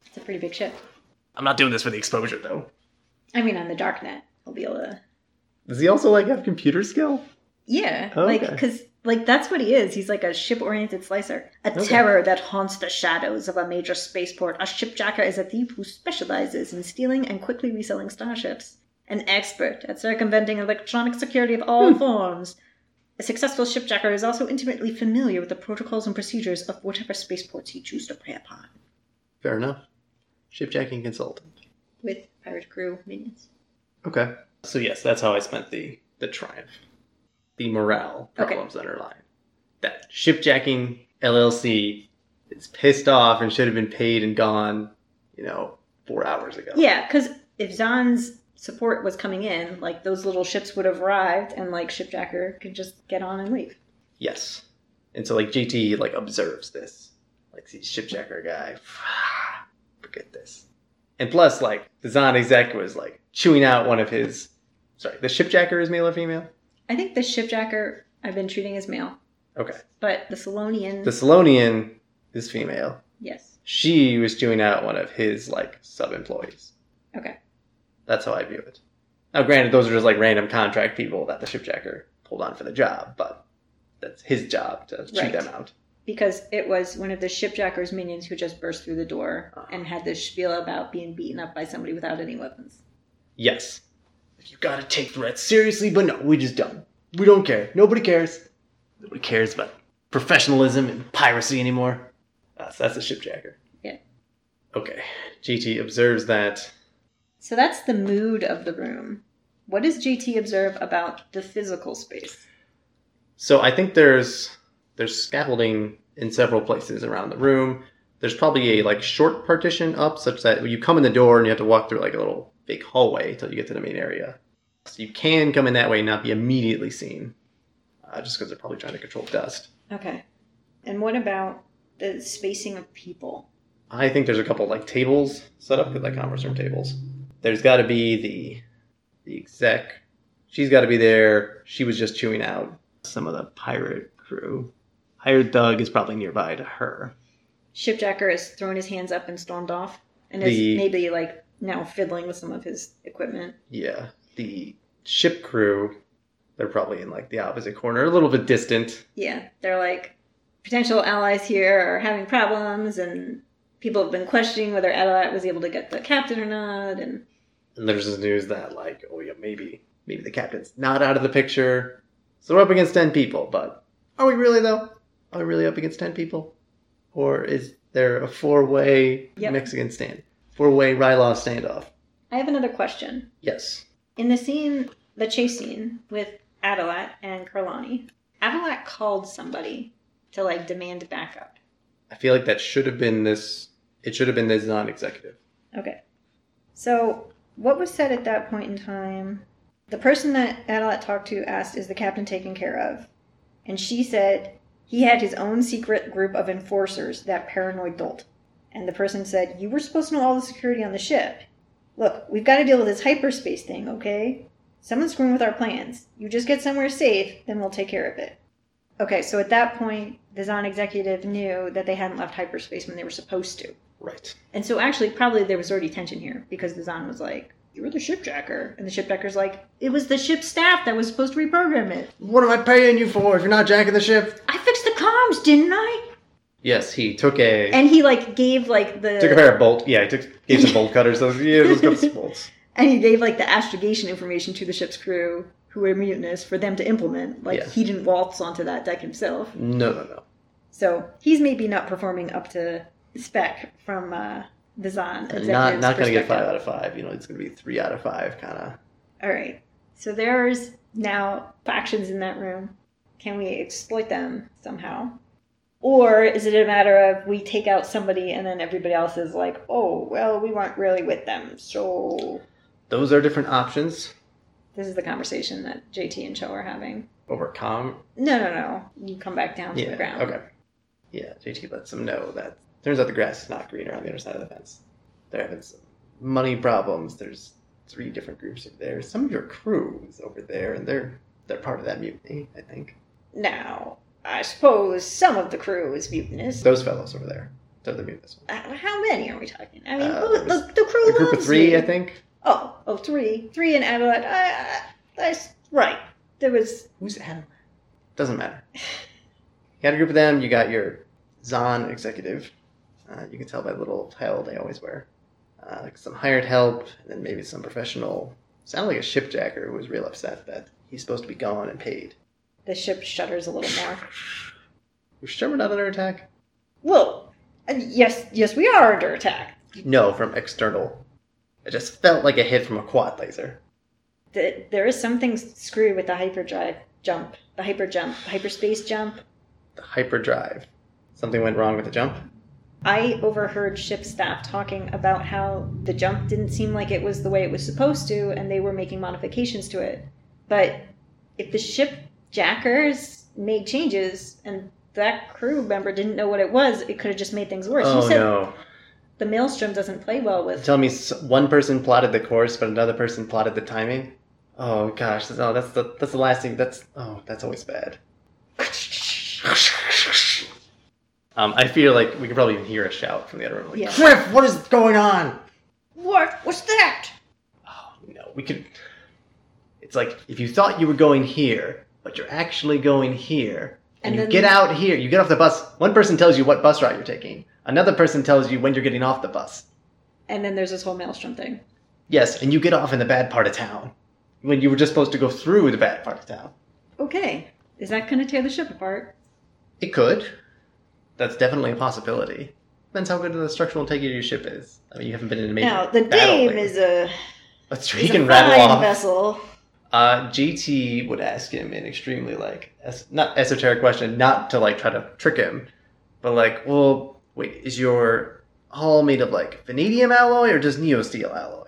B: it's a pretty big ship.
C: I'm not doing this for the exposure though.
B: I mean, on the dark net, I'll be able to.
C: Does he also like have computer skill?
B: Yeah,
C: Oh,
B: like
C: okay.
B: because like that's what he is. He's like a ship-oriented slicer, a
C: Okay.
B: terror that haunts the shadows of a major spaceport. A shipjacker is a thief who specializes in stealing and quickly reselling starships. An expert at circumventing electronic security of
C: Hmm.
B: all forms. A successful shipjacker is also intimately familiar with the protocols and procedures of whatever spaceports he chooses to prey upon.
C: Fair enough. Shipjacking consultant.
B: With pirate crew minions.
C: Okay. So yes, that's how I spent the the triumph, the morale
B: Okay.
C: problems underlying that shipjacking LLC is pissed off and should have been paid and gone, you know, four hours ago.
B: Yeah, because if Zahn's support was coming in, like those little ships would have arrived, and like Shipjacker could just get on and leave.
C: Yes. And so like GT like observes this. Like see shipjacker guy. Forget this. And plus like the Zon exec was like chewing out one of his sorry, the shipjacker is male or female?
B: I think the Shipjacker I've been treating as male,
C: Okay.
B: but the Salonian,
C: The Salonian is female.
B: yes,
C: She was chewing out one of his like sub employees.
B: okay,
C: That's how I view it. Now granted those are just like random contract people that the shipjacker pulled on for the job, but that's his job to chew
B: Right.
C: them out.
B: because it was one of the Shipjacker's minions who just burst through the door
C: Uh-huh.
B: and had this spiel about being beaten up by somebody without any weapons.
C: Yes. You gotta take threats seriously, but no, we just don't. We don't care. Nobody cares. Nobody cares about professionalism and piracy anymore. That's, that's a shipjacker.
B: Yeah.
C: Okay. GT observes that.
B: So that's the mood of the room. What does GT observe about the physical space?
C: So I think there's there's scaffolding in several places around the room. There's probably a like short partition up, such that you come in the door and you have to walk through like a little big hallway until you get to the main area. So you can come in that way and not be immediately seen, uh, just because they're probably trying to control dust.
B: Okay, and what about the spacing of people?
C: I think there's a couple like tables set up like conference room tables. There's got to be the the exec. She's got to be there. She was just chewing out some of the pirate crew. Hired Doug is probably nearby to her.
B: Shipjacker has thrown his hands up and stormed off, and
C: The-
B: is maybe like now fiddling with some of his equipment.
C: Yeah, the ship crew. They're probably in like the opposite corner, a little bit distant.
B: Yeah, they're like potential allies here are having problems, and people have been questioning whether Edelat was able to get the captain or not. And
C: And there's this news that like, oh yeah, maybe maybe the captain's not out of the picture. So we're up against ten people, but are we really though? Are we really up against ten people? Or is there a four way
B: Yep.
C: Mexican stand? Four way Rylaw standoff.
B: I have another question.
C: Yes.
B: In the scene, the chase scene with Adelat and Karlani, Adelat called somebody to like demand backup.
C: I feel like that should have been this it should have been this non executive.
B: Okay. So, what was said at that point in time? The person that Adelat talked to asked, Is the captain taken care of? And she said, He had his own secret group of enforcers, that paranoid dolt. And the person said, You were supposed to know all the security on the ship. Look, we've got to deal with this hyperspace thing, okay? Someone's screwing with our plans. You just get somewhere safe, then we'll take care of it. Okay, so at that point, the Zon executive knew that they hadn't left hyperspace when they were supposed to.
C: Right.
B: And so actually probably there was already tension here because the Zon was like, You were the shipjacker and the shipjacker's like, It was the ship staff that was supposed to reprogram it.
C: What am I paying you for if you're not jacking the ship?
B: I fixed the comms, didn't I?
C: Yes, he took a
B: And he like gave like the
C: took a pair of bolt yeah, he took gave some bolt cutters. Those yeah, let's go with some bolts.
B: and he gave like the astrogation information to the ship's crew who were mutinous for them to implement. Like
C: Yeah.
B: he didn't waltz onto that deck himself.
C: No no no.
B: So he's maybe not performing up to spec from uh the Zon.
C: not
B: executive's
C: not gonna
B: perspective.
C: get five out of five. You know, it's gonna be three out of five kind of.
B: All right. So there's now factions in that room. Can we exploit them somehow? Or is it a matter of we take out somebody and then everybody else is like, oh, well, we weren't really with them. So,
C: Those are different options.
B: This is the conversation that JT and Cho are having.
C: Over com.
B: No, no, no. You come back down to
C: yeah.
B: the ground.
C: Okay. Yeah, JT lets them know that turns out the grass is not greener on the other side of the fence. They're having some money problems. There's three different groups over there. Some of your crew is over there, and they're they're part of that mutiny, I think.
B: Now, I suppose some of the crew is mutinous.
C: Those fellows over there. They're the mutinous ones.
B: Uh, How many are we talking? I mean,
C: Uh,
B: who-
C: there's
B: the, the crew
C: A group of
B: loves
C: three,
B: me.
C: I think.
B: Oh, oh, three, three in Adelette. I, I, I s- right. There was
C: Who's Adam? Doesn't matter. You got a group of them. You got your Zon executive. Uh, you can tell by the little tile they always wear. Uh, like some hired help, and then maybe some professional. Sounded like a shipjacker who was real upset that he's supposed to be gone and paid.
B: the ship shudders a little more.
C: We're sure we're not under attack?
B: Well, uh, yes, yes, we are under attack.
C: No, from external. It just felt like a hit from a quad laser.
B: Th- There is something screwy with the hyperdrive jump, the hyper jump, the hyperspace jump.
C: The hyperdrive. Something went wrong with the jump?
B: I overheard ship staff talking about how the jump didn't seem like it was the way it was supposed to, and they were making modifications to it. But if the ship jackers made changes and that crew member didn't know what it was, it could have just made things worse.
C: oh
B: you said
C: no.
B: the maelstrom doesn't play well with.
C: Tell me s- one person plotted the course, but another person plotted the timing? Oh gosh, no, that's the, that's the last thing. That's, oh, that's always bad. Um, I feel like we could probably even hear a shout from the other room. Like,
B: Yeah.
C: Griff, what is going on?
B: What? What's that?
C: Oh no, we could. It's like if you thought you were going here, but you're actually going here, and,
B: And
C: you
B: then-
C: get out here. You get off the bus. One person tells you what bus route you're taking. Another person tells you when you're getting off the bus.
B: And then there's this whole maelstrom thing.
C: Yes, and you get off in the bad part of town when you were just supposed to go through the bad part of town.
B: Okay, is that going to tear the ship apart?
C: It could. That's definitely a possibility. Depends how good the structural integrity of your ship is. I mean, you haven't been in a major
B: now the
C: battle
B: Dame
C: lately.
B: is a,
C: Let's
B: is
C: he
B: a
C: can rattle
B: fine
C: off.
B: vessel.
C: Uh, GT would ask him an extremely like es- not esoteric question, not to like try to trick him, but like, well, wait, is your hull made of like vanadium alloy or just neosteel alloy?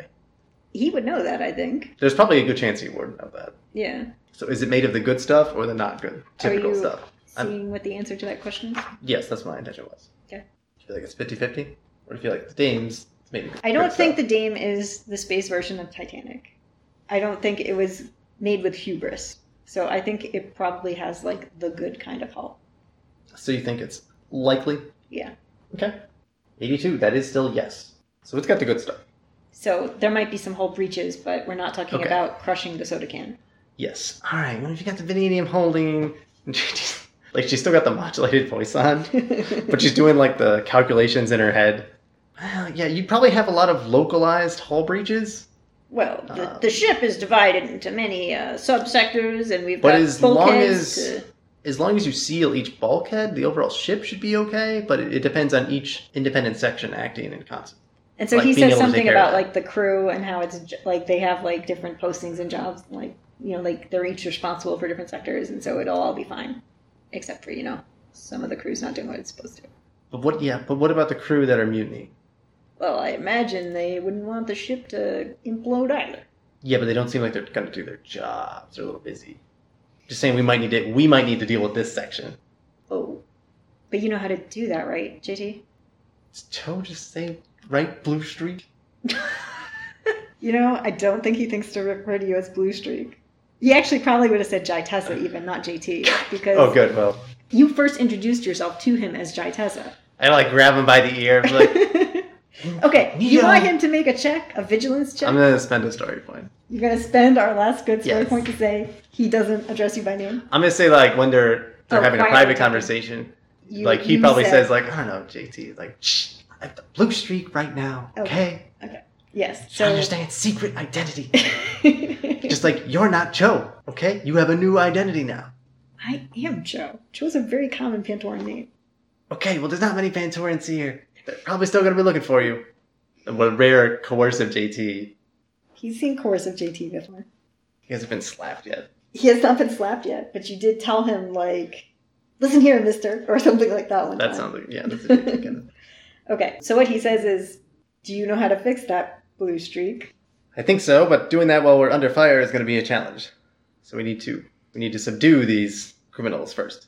B: He would know that, I think.
C: There's probably a good chance he wouldn't know that.
B: Yeah.
C: So, is it made of the good stuff or the not good typical
B: you-
C: stuff? I'm-
B: Seeing what the answer to that question is.
C: Yes, that's what my intention was.
B: Okay.
C: Do you feel like it's 50-50? or do you feel like the dames? It's made of
B: I don't
C: good
B: think
C: stuff?
B: the Dame is the space version of Titanic. I don't think it was made with hubris. So I think it probably has like the good kind of hull.
C: So you think it's likely?
B: Yeah.
C: Okay. Eighty-two. That is still yes. So it's got the good stuff.
B: So there might be some hull breaches, but we're not talking
C: Okay.
B: about crushing the soda can.
C: Yes. All right. What if you got the vanadium holding? like she's still got the modulated voice on, but she's doing like the calculations in her head. Well, yeah, you'd probably have a lot of localized hull breaches,
B: Well, the,
C: Uh,
B: the ship is divided into many uh, subsectors, and we've
C: But
B: got
C: as long
B: bulkheads
C: as-
B: to-
C: as long as you seal each bulkhead, the overall ship should be okay. But it, it depends on each independent section acting in concert.
B: And so
C: like,
B: he
C: being
B: says
C: able to take
B: something
C: care of
B: about
C: that.
B: like the crew and how it's j- like they have like different postings and jobs, like you know, like they're each responsible for different sectors, and so it'll all be fine, except for you know some of the crew's not doing what it's supposed to.
C: But what? Yeah. But what about the crew that are mutiny?
B: Well, I imagine they wouldn't want the ship to implode either.
C: Yeah, but they don't seem like they're going to do their jobs. They're a little busy. Just saying, we might need it. We might need to deal with this section.
B: Oh, but you know how to do that, right, JT?
C: Does Joe just say right blue streak?
B: You know, I don't think he thinks to refer to you as Blue Streak. He actually probably would have said Jaitessa even, not JT, because
C: Oh, good. Well,
B: you first introduced yourself to him as Jaitessa.
C: I like grab him by the ear. I'm like,
B: okay, you
C: Neo.
B: want him to make a check, a vigilance check?
C: I'm gonna spend a story point.
B: You're gonna spend our last good story
C: Yes.
B: point to say he doesn't address you by name.
C: I'm gonna say like when they're they're
B: Oh,
C: having a
B: quiet
C: private
B: talking.
C: conversation,
B: You,
C: like he
B: you
C: probably
B: said-
C: says like I don't know, JT, like Shh, I have the blue streak right now.
B: Okay.
C: Okay,
B: yes.
C: I
B: So
C: understand secret identity. Just like you're not Joe. Okay, you have a new identity now.
B: I am Joe. Joe's a very common Pantoran name.
C: Okay, well there's not many Pantorans here. They're probably still gonna be looking for you. And What a rare coercive JT. You
B: He's seen chorus of JT before.
C: guys have been slapped yet?
B: He has not been slapped yet, but you did tell him like, "Listen here, Mister," or something like that one
C: That
B: time.
C: sounds like yeah. That's a JT kind of-
B: okay. So what he says is, "Do you know how to fix that blue streak?"
C: I think so, but doing that while we're under fire is going to be a challenge. So we need to we need to subdue these criminals first.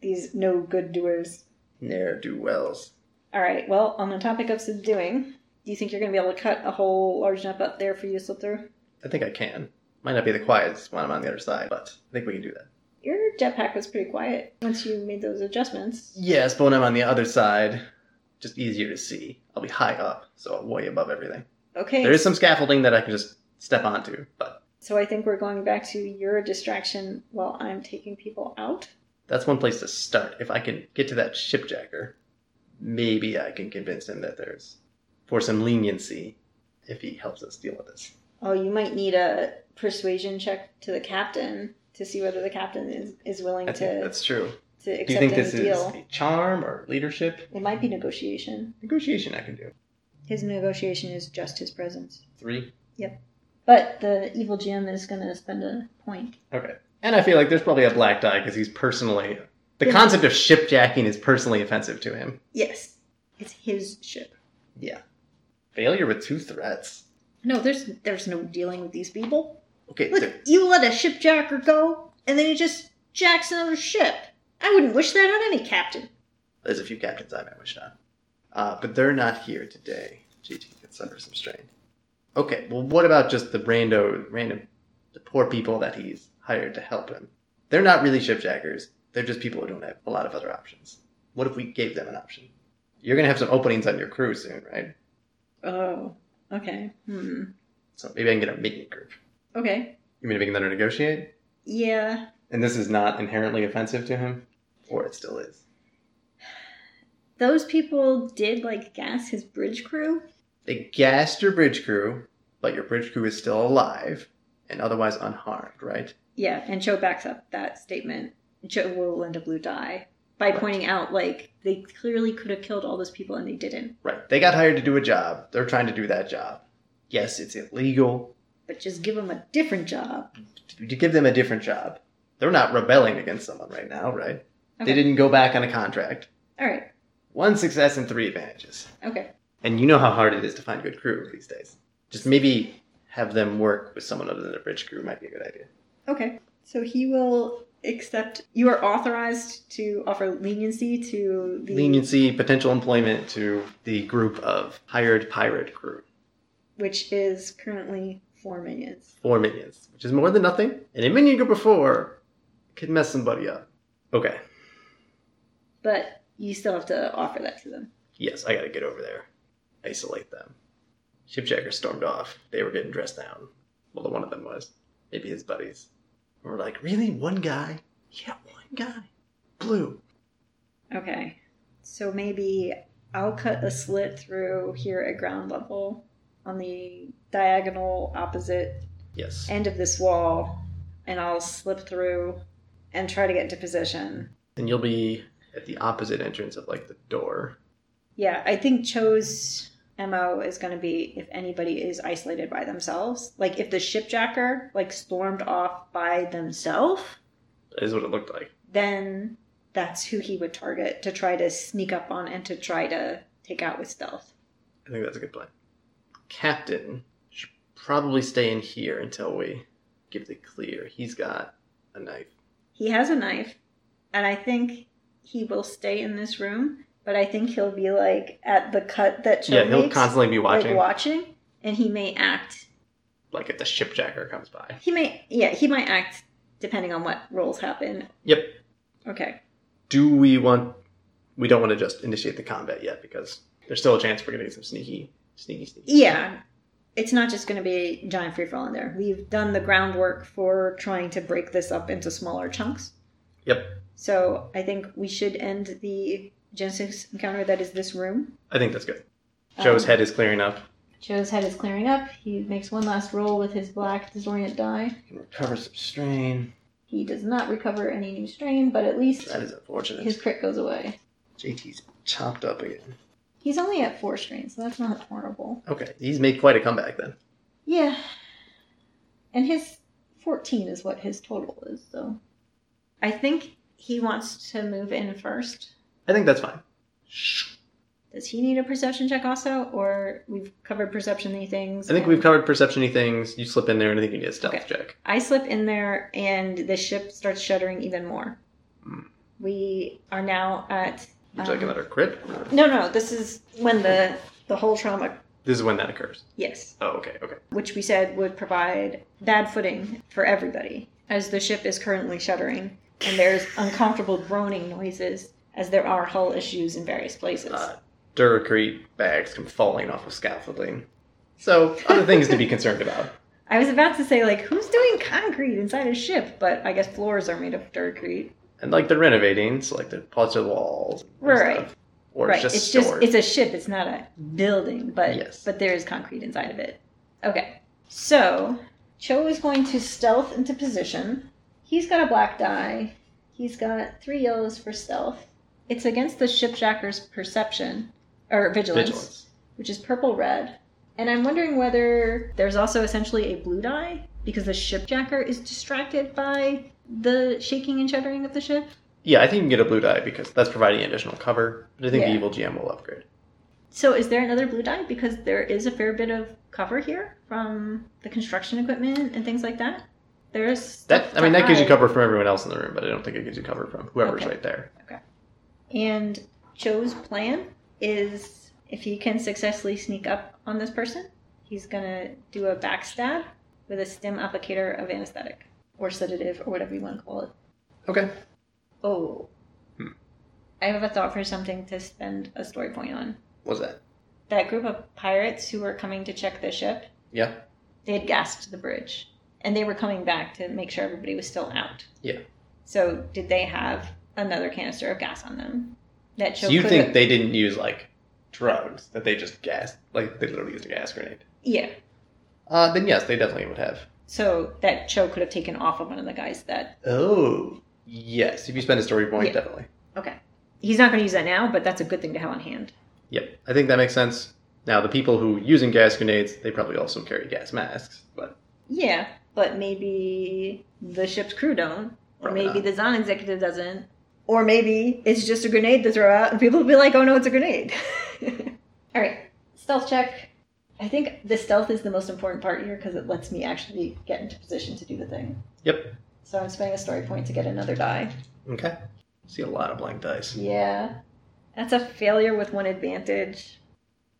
B: These no good doers.
C: Ne'er do wells.
B: All right. Well, on the topic of subduing, do you think you're going to be able to cut a hole large enough up there for you to slip through?
C: I think I can. Might not be the quietest when I'm on the other side, but I think we can do that.
B: Your jetpack was pretty quiet once you made those adjustments.
C: Yes, but when I'm on the other side, just easier to see. I'll be high up, so I'm way above everything.
B: Okay.
C: There is some scaffolding that I can just step onto, but
B: So I think we're going back to your distraction while I'm taking people out.
C: that's one place to start. If I can get to that shipjacker, maybe I can convince him that there's for some leniency if he helps us deal with this.
B: Oh, you might need a persuasion check to the captain to see whether the captain is, is willing
C: I think
B: to,
C: that's true.
B: to
C: Do you
B: accept
C: think
B: any
C: this
B: deal.
C: is a charm or leadership?
B: It might be negotiation.
C: Negotiation I can do.
B: His negotiation is just his presence.
C: Three.
B: But the evil GM is going to spend a point.
C: Okay. And I feel like there's probably a black die because he's personally. The
B: Yeah.
C: concept of shipjacking is personally offensive to him.
B: Yes. It's his ship.
C: Yeah. Failure with two threats.
B: No, there's there's no dealing with these people.
C: Okay,
B: Look,
C: there-
B: you let a shipjacker go, and then he just jacks another ship. I wouldn't wish that on any captain.
C: there's a few captains I might wish on. Uh, but they're not here today. GT could suffer some strain. Okay, well, what about just the rando, random, the poor people that he's hired to help him? They're not really shipjackers. They're just people who don't have a lot of other options. What if we gave them an option? You're gonna have some openings on your crew soon, right?
B: Oh, okay. Hmm.
C: So maybe I can get a mini group.
B: Okay.
C: You mean we can let her negotiate?
B: Yeah.
C: And this is not inherently offensive to him? Or it still is.
B: Those people did like gas his bridge crew.
C: They gassed your bridge crew, but your bridge crew is still alive and otherwise unharmed, right?
B: Yeah, and Cho backs up that statement. Cho will lend a blue die by pointing out like they clearly could have killed all those people and they didn't.
C: Right. They got hired to do a job. They're trying to do that job. Yes, it's illegal.
B: But just give them a different job.
C: To give them a different job. They're not rebelling against someone right now, right?
B: Okay.
C: They didn't go back on a contract.
B: All right.
C: One success and three advantages.
B: Okay.
C: And you know how hard it is to find good crew these days. Just maybe have them work with someone other than the bridge crew might be a good idea.
B: Okay. So he will accept. You are authorized to offer leniency to the
C: leniency, potential employment to the group of hired pirate crew.
B: which is currently four minions.
C: Four minions, which is more than nothing. And a minion group of four could mess somebody up. Okay,
B: But you still have to offer that to them.
C: yes, I gotta get over there. Isolate them. Shipjacker stormed off. They were getting dressed down. Well, the one of them was. Maybe his buddies. And we're like, really? One guy? Yeah, one guy. Blue.
B: Okay. So maybe I'll cut a slit through here at ground level on the diagonal opposite
C: Yes.
B: end of this wall, and I'll slip through and try to get into position.
C: And you'll be at the opposite entrance of like the door.
B: Yeah, I think Cho's MO is going to be if anybody is isolated by themselves. Like if the shipjacker like stormed off by themselves,
C: That is what it looked like.
B: then that's who he would target to try to sneak up on and to try to take out with stealth.
C: I think that's a good plan. Captain should probably stay in here until we give the clear. He's got a knife.
B: He has a knife, and I think he will stay in this room, but I think he'll be like at the cut that Cho
C: yeah, he'll
B: makes,
C: constantly be
B: like,
C: watching.
B: watching, and he may act
C: like if the shipjacker comes by.
B: He may, yeah, he might act depending on what roles happen.
C: Yep.
B: Okay.
C: Do we want? We don't want to just initiate the combat yet because there's still a chance we're gonna get some sneaky, sneaky, sneaky.
B: Yeah, it's not just going to be a giant free fall in there. We've done the groundwork for trying to break this up into smaller chunks.
C: Yep.
B: So I think we should end the Genesis encounter that is this room.
C: I think that's good. Joe's
B: Um,
C: head is clearing up.
B: Joe's head is clearing up. He makes one last roll with his black disorient die.
C: Can recover some strain.
B: He does not recover any new strain, but at least
C: That is unfortunate.
B: his crit goes away.
C: JT's chopped up again.
B: He's only at four strains, so that's not horrible.
C: Okay, he's made quite a comeback then.
B: Yeah. And his 14 is what his total is, so. I think he wants to move in first.
C: I think that's fine.
B: Does he need a perception check also, or we've covered perceptiony things?
C: I think
B: and-
C: we've covered perceptiony things. You slip in there, and I think you need a stealth
B: Okay.
C: check.
B: I slip in there, and the ship starts shuddering even more.
C: Hmm.
B: We are now at.
C: Would you like
B: um,
C: another crit? or-
B: No, no. This is when the the whole trauma.
C: This is when that occurs.
B: Yes.
C: Oh, okay, okay.
B: which we said would provide bad footing for everybody, as the ship is currently shuddering and there's uncomfortable groaning noises, as there are hull issues in various places.
C: Uh, Duracrete bags come falling off of scaffolding. So, other things to be concerned about.
B: I was about to say, like, who's doing concrete inside a ship? But I guess floors are made of dirtcrete.
C: And, like, they're renovating, so, like, they're parts of the walls. and
B: Right.
C: stuff. Or
B: right.
C: it's just
B: it's
C: stored.
B: just it's a ship. It's not a building, but
C: Yes.
B: but there is concrete inside of it. Okay. So Cho is going to stealth into position. He's got a black die. He's got three yellows for stealth. It's against the shipjacker's perception or vigilance,
C: Vigilance.
B: which is purple red. And I'm wondering whether there's also essentially a blue die because the shipjacker is distracted by the shaking and shuddering of the ship.
C: Yeah, I think you can get a blue die because that's providing additional cover. But I think
B: Yeah.
C: the evil GM will upgrade.
B: So is there another blue die? Because there is a fair bit of cover here from the construction equipment and things like that. There's
C: That
B: stuff
C: I mean,
B: to
C: that gives you
B: hide.
C: cover from everyone else in the room, but I don't think it gives you cover from whoever's
B: Okay.
C: right there.
B: And Joe's plan is if he can successfully sneak up on this person, he's gonna do a backstab with a stim applicator of anesthetic or sedative or whatever you want to call it.
C: Okay.
B: Oh,
C: Hmm.
B: I have a thought for something to spend a story point on.
C: What's that?
B: That group of pirates who were coming to check the ship.
C: Yeah.
B: they had gasped the bridge and they were coming back to make sure everybody was still out.
C: Yeah.
B: So did they have another canister of gas on them? That
C: So
B: show
C: you think they didn't use like drugs that they just gassed? Like they literally used a gas grenade.
B: Yeah.
C: Uh, then yes, they definitely would have.
B: So that Cho could have taken off of one of the guys that
C: Oh. Yes, if you spend a story point,
B: Yeah.
C: definitely.
B: he's not gonna use that now, but that's a good thing to have on hand.
C: Yep, I think that makes sense. Now, the people who using gas grenades, they probably also carry gas masks, but
B: Yeah. But maybe the ship's crew don't. Or
C: Probably
B: maybe
C: not.
B: the Zon executive doesn't. Or maybe it's just a grenade to throw out and people will be like, oh no, it's a grenade. All right, stealth check. I think the stealth is the most important part here because it lets me actually get into position to do the thing.
C: Yep.
B: So I'm spending a story point to get another die.
C: okay. See a lot of blank dice.
B: Yeah. That's a failure with one advantage.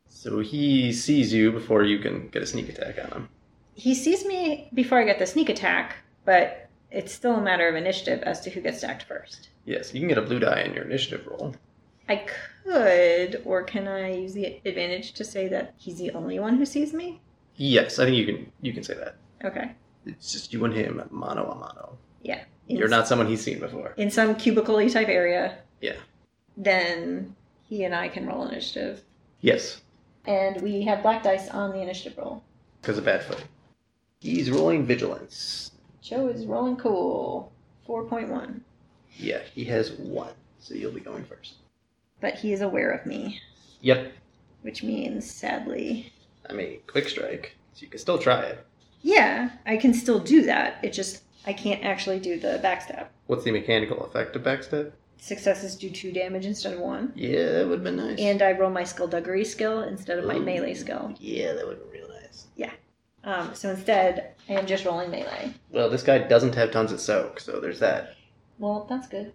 C: So he sees you before you can get a sneak attack on him.
B: He sees me before I get the sneak attack, but it's still a matter of initiative as to who gets to act first.
C: Yes, you can get a blue die in your initiative roll.
B: I could, or can I use the advantage to say that he's the only one who sees me?
C: Yes, I think you can. You can say that.
B: Okay.
C: It's just you and him, mano a mano.
B: In,
C: You're not someone he's seen before.
B: in some cubicle type area.
C: Yeah.
B: Then he and I can roll initiative,
C: Yes,
B: and we have black dice on the initiative roll.
C: because of bad footing. He's rolling vigilance.
B: Joe is rolling cool, four point one,
C: Yeah, he has one, so you'll be going first.
B: but he is aware of me,
C: Yep.
B: which means sadly,
C: I mean, quick strike. So you can still try it.
B: yeah, I can still do that. It just I can't actually do the backstab.
C: What's the mechanical effect of backstab?
B: Successes do two damage instead of one.
C: Yeah, that would have been nice.
B: And I roll my skullduggery skill instead of my
C: Ooh.
B: melee skill.
C: yeah, that would have been real nice.
B: Um, so instead, I am just rolling melee.
C: Well, this guy doesn't have tons of soak, so there's that.
B: Well, that's good.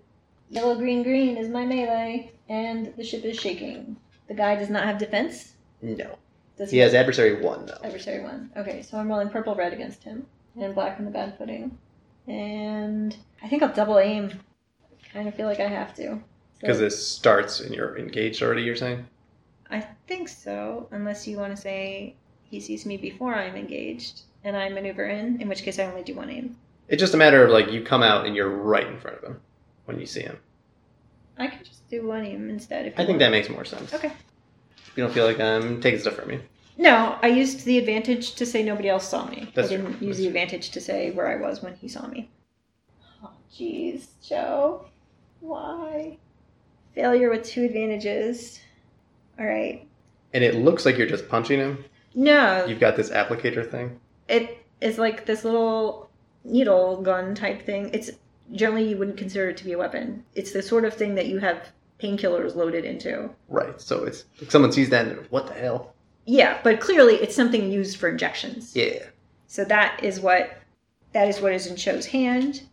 B: Yellow, green, green is my melee, and the ship is shaking. The guy does not have defense.
C: No,
B: Does
C: he has adversary one though.
B: Adversary one. Okay, so I'm rolling purple, red against him, and black on the bad footing. And I think I'll double aim. I kind of feel like I have to.
C: Because
B: So-
C: this starts and you're engaged already. You're saying.
B: I think so, unless you want to say he sees me before I'm engaged and I maneuver in, in which case I only do one aim.
C: It's just a matter of like you come out and you're right in front of him when you see him.
B: I can just do one aim instead. If
C: I
B: you
C: think
B: want.
C: that makes more sense.
B: Okay.
C: If you don't feel like I'm taking stuff from you.
B: No, I used the advantage to say nobody else saw me.
C: That's
B: I didn't
C: true.
B: use
C: That's
B: the
C: true.
B: advantage to say where I was when he saw me. Oh, jeez, Joe. Why? Failure with two advantages. All right.
C: And it looks like you're just punching him.
B: No,
C: You've got this applicator thing.
B: it is like this little needle gun type thing. It's generally you wouldn't consider it to be a weapon. It's the sort of thing that you have painkillers loaded into.
C: Right. So it's like someone sees that and what the hell?
B: Yeah, but clearly it's something used for injections.
C: Yeah.
B: So that is what that is what is in Cho's hand,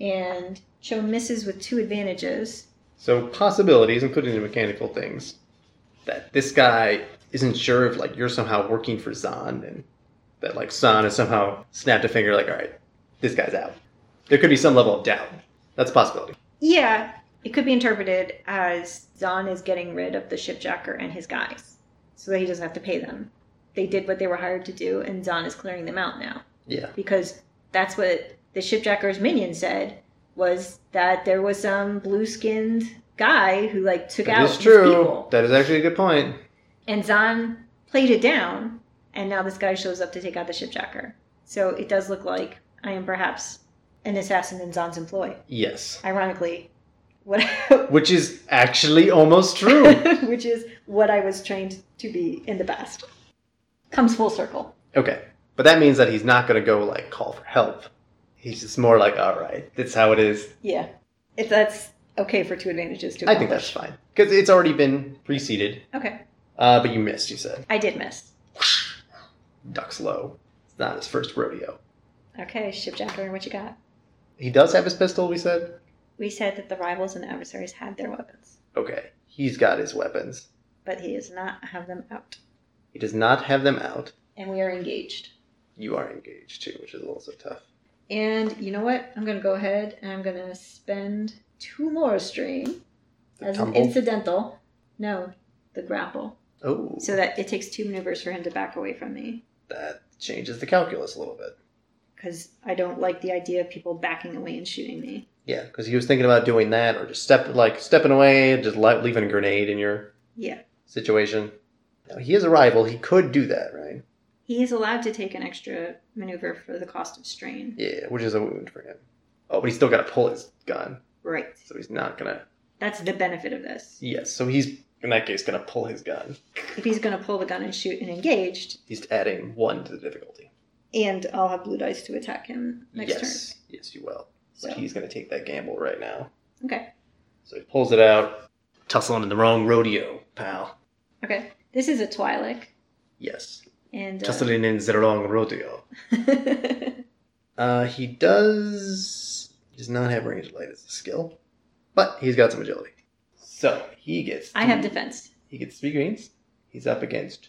B: and Cho misses with two advantages.
C: So possibilities, including the mechanical things, that this guy isn't sure if like you're somehow working for Zahn and that like Zahn has somehow snapped a finger like, all right, this guy's out. There could be some level of doubt. That's a possibility.
B: Yeah, it could be interpreted as Zahn is getting rid of the shipjacker and his guys, so that he doesn't have to pay them. They did what they were hired to do, and Zahn is clearing them out now
C: Yeah.
B: because that's what the shipjacker's minion said was that there was some blue-skinned guy who like took
C: That
B: out
C: is
B: his
C: true.
B: people.
C: That is actually a good point.
B: And Zahn played it down, and now this guy shows up to take out the shipjacker. So it does look like I am perhaps an assassin in Zahn's employ.
C: Yes.
B: Ironically, what
C: Which is actually almost true.
B: which is what I was trained to be in the past. Comes full circle.
C: okay. But that means that he's not going to go like call for help. He's just more like, all right, that's how it is.
B: Yeah. If that's okay for two advantages to
C: I think
B: accomplish.
C: that's fine. Because it's already been preceded.
B: Okay.
C: Uh, but you missed, you said.
B: I did miss.
C: Ducks low. It's not his first rodeo.
B: Okay, shipjacker, what you got?
C: He does have his pistol, we said.
B: We said that the rivals and adversaries had their weapons,
C: Okay. He's got his weapons.
B: but he does not have them out.
C: He does not have them out.
B: And we are engaged.
C: You are engaged too, which is also tough.
B: And you know what? I'm gonna go ahead and I'm gonna spend two more stream
C: The
B: as
C: tumble.
B: an incidental. No, the grapple.
C: Oh,
B: So that it takes two maneuvers for him to back away from me.
C: that changes the calculus a little bit.
B: Because I don't like the idea of people backing away and shooting me.
C: Yeah, because he was thinking about doing that or just step like stepping away, just li- leaving a grenade in your
B: Yeah.
C: situation. Now, he is a rival. He could do that, right?
B: He is allowed to take an extra maneuver for the cost of strain.
C: Yeah, which is a wound for him. Oh, but he's still got to pull his gun,
B: Right.
C: so he's not gonna.
B: That's the benefit of this.
C: Yes, so he's in that case gonna pull his gun.
B: If he's gonna pull the gun and shoot and engaged,
C: He's adding one to the difficulty.
B: and I'll have blue dice to attack him next
C: yes, yes, you will.
B: turn. So
C: But he's gonna take that gamble right now.
B: Okay.
C: So he pulls it out, tussling in the wrong rodeo, pal.
B: Okay. This is a Twi'lek.
C: Yes,
B: And uh,
C: tussling in the wrong rodeo. Uh, he does. He does not have range light as a skill, but he's got some agility. So he gets.
B: I have
C: three-
B: defense.
C: He gets three greens. He's up against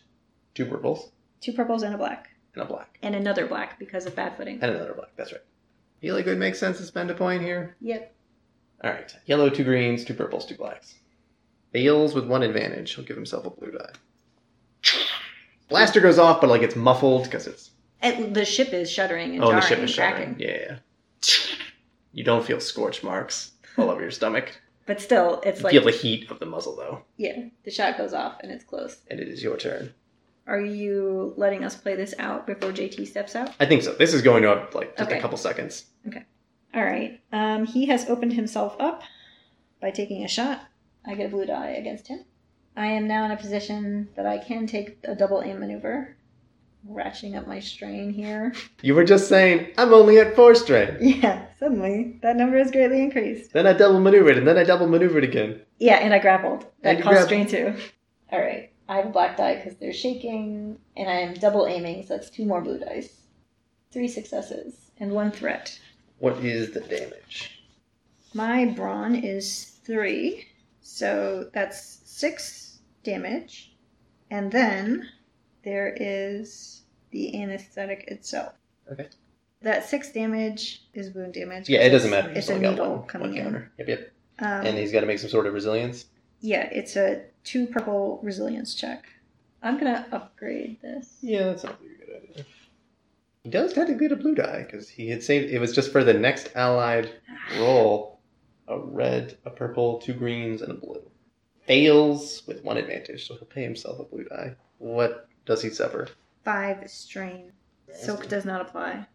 C: two purples
B: Two purples and a black.
C: and a black
B: And another black because of bad footing.
C: and another black. That's right. Feel like it would make sense to spend a point here.
B: Yep.
C: All right. Yellow, two greens, two purples, two blacks. Fails with one advantage. He'll give himself a blue die. Blaster goes off, but like it's muffled because it's
B: And the ship is shuddering and
C: oh,
B: jarring
C: the ship
B: and
C: is
B: cracking.
C: shattering. Yeah, yeah. yeah. You don't feel scorch marks all over your stomach.
B: But still, it's
C: You
B: like,
C: feel the heat of the muzzle though,
B: yeah, the shot goes off and it's close.
C: and it is your turn.
B: Are you letting us play this out before JT steps out?
C: I think so. This is going up like just
B: Okay.
C: a couple seconds.
B: All right. Um, he has opened himself up by taking a shot. I get a blue die against him. I am now in a position that I can take a double aim maneuver. Ratcheting up my strain here.
C: You were just saying I'm only at four strength.
B: Yeah, suddenly that number is greatly increased.
C: Then I double maneuvered, and then I double maneuvered again.
B: Yeah, and I grappled.
C: And
B: That
C: you
B: caused strain
C: grappled.
B: too. All right. I have a black die because they're shaking, and I'm double aiming, so that's two more blue dice. Three successes and one threat.
C: What is the damage?
B: My brawn is three, so that's six damage. And then there is the anesthetic itself.
C: Okay.
B: That six damage is wound damage.
C: Yeah, it doesn't matter. He's
B: It's a
C: only got
B: needle
C: one-
B: coming
C: one
B: in.
C: counter. Yep, yep.
B: Um,
C: and he's got to make some sort of resilience.
B: Yeah, it's a two purple resilience check. I'm gonna upgrade this.
C: Yeah, that sounds like a good idea. He does technically get a blue die because he had saved. It was just for the next allied roll: a red, a purple, two greens, and a blue. Fails with one advantage, so he'll pay himself a blue die. What does he suffer?
B: Five strain. Soak does not apply.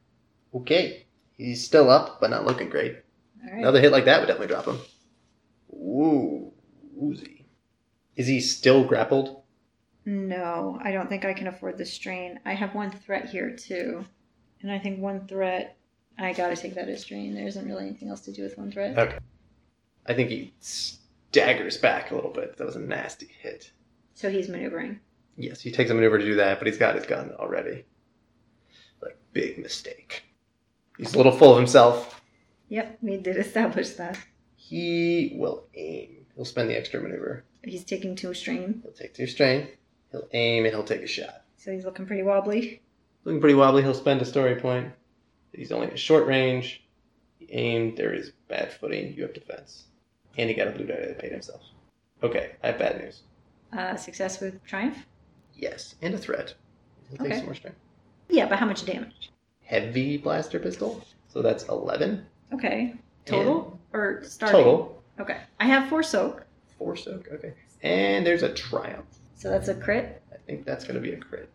C: Okay, he's still up, but not looking great.
B: Alright.
C: Another hit like that would definitely drop him. Ooh, woozy. Is he still grappled?
B: No, I don't think I can afford the strain. I have one threat here too. And I think one threat
C: Uh,
B: I gotta take that as strain. There isn't really anything else to do with one threat.
C: Okay. I think he daggers back a little bit. That was a nasty hit.
B: So he's maneuvering.
C: Yes, he takes a maneuver to do that, but he's got his gun already. Like, big mistake. He's a little full of himself.
B: Yep, we did establish that.
C: He will aim. He'll spend the extra maneuver.
B: He's taking two strain,
C: He'll take two strain. He'll aim and he'll take a shot.
B: so he's looking pretty wobbly.
C: Looking pretty wobbly, he'll spend a story point. He's only at short range. He aimed, there is bad footing, you have defense. And he got a blue die to pay himself. Okay, I have bad news.
B: Uh, success with triumph.
C: Yes, and a threat. He'll take
B: Okay.
C: some more strain.
B: Yeah, but how much damage?
C: Heavy blaster pistol. So that's 11.
B: Okay, total or starting?
C: Total.
B: Okay, I have four soak,
C: Four soak, okay. And there's a triumph.
B: so that's a crit.
C: I think that's going to be a crit.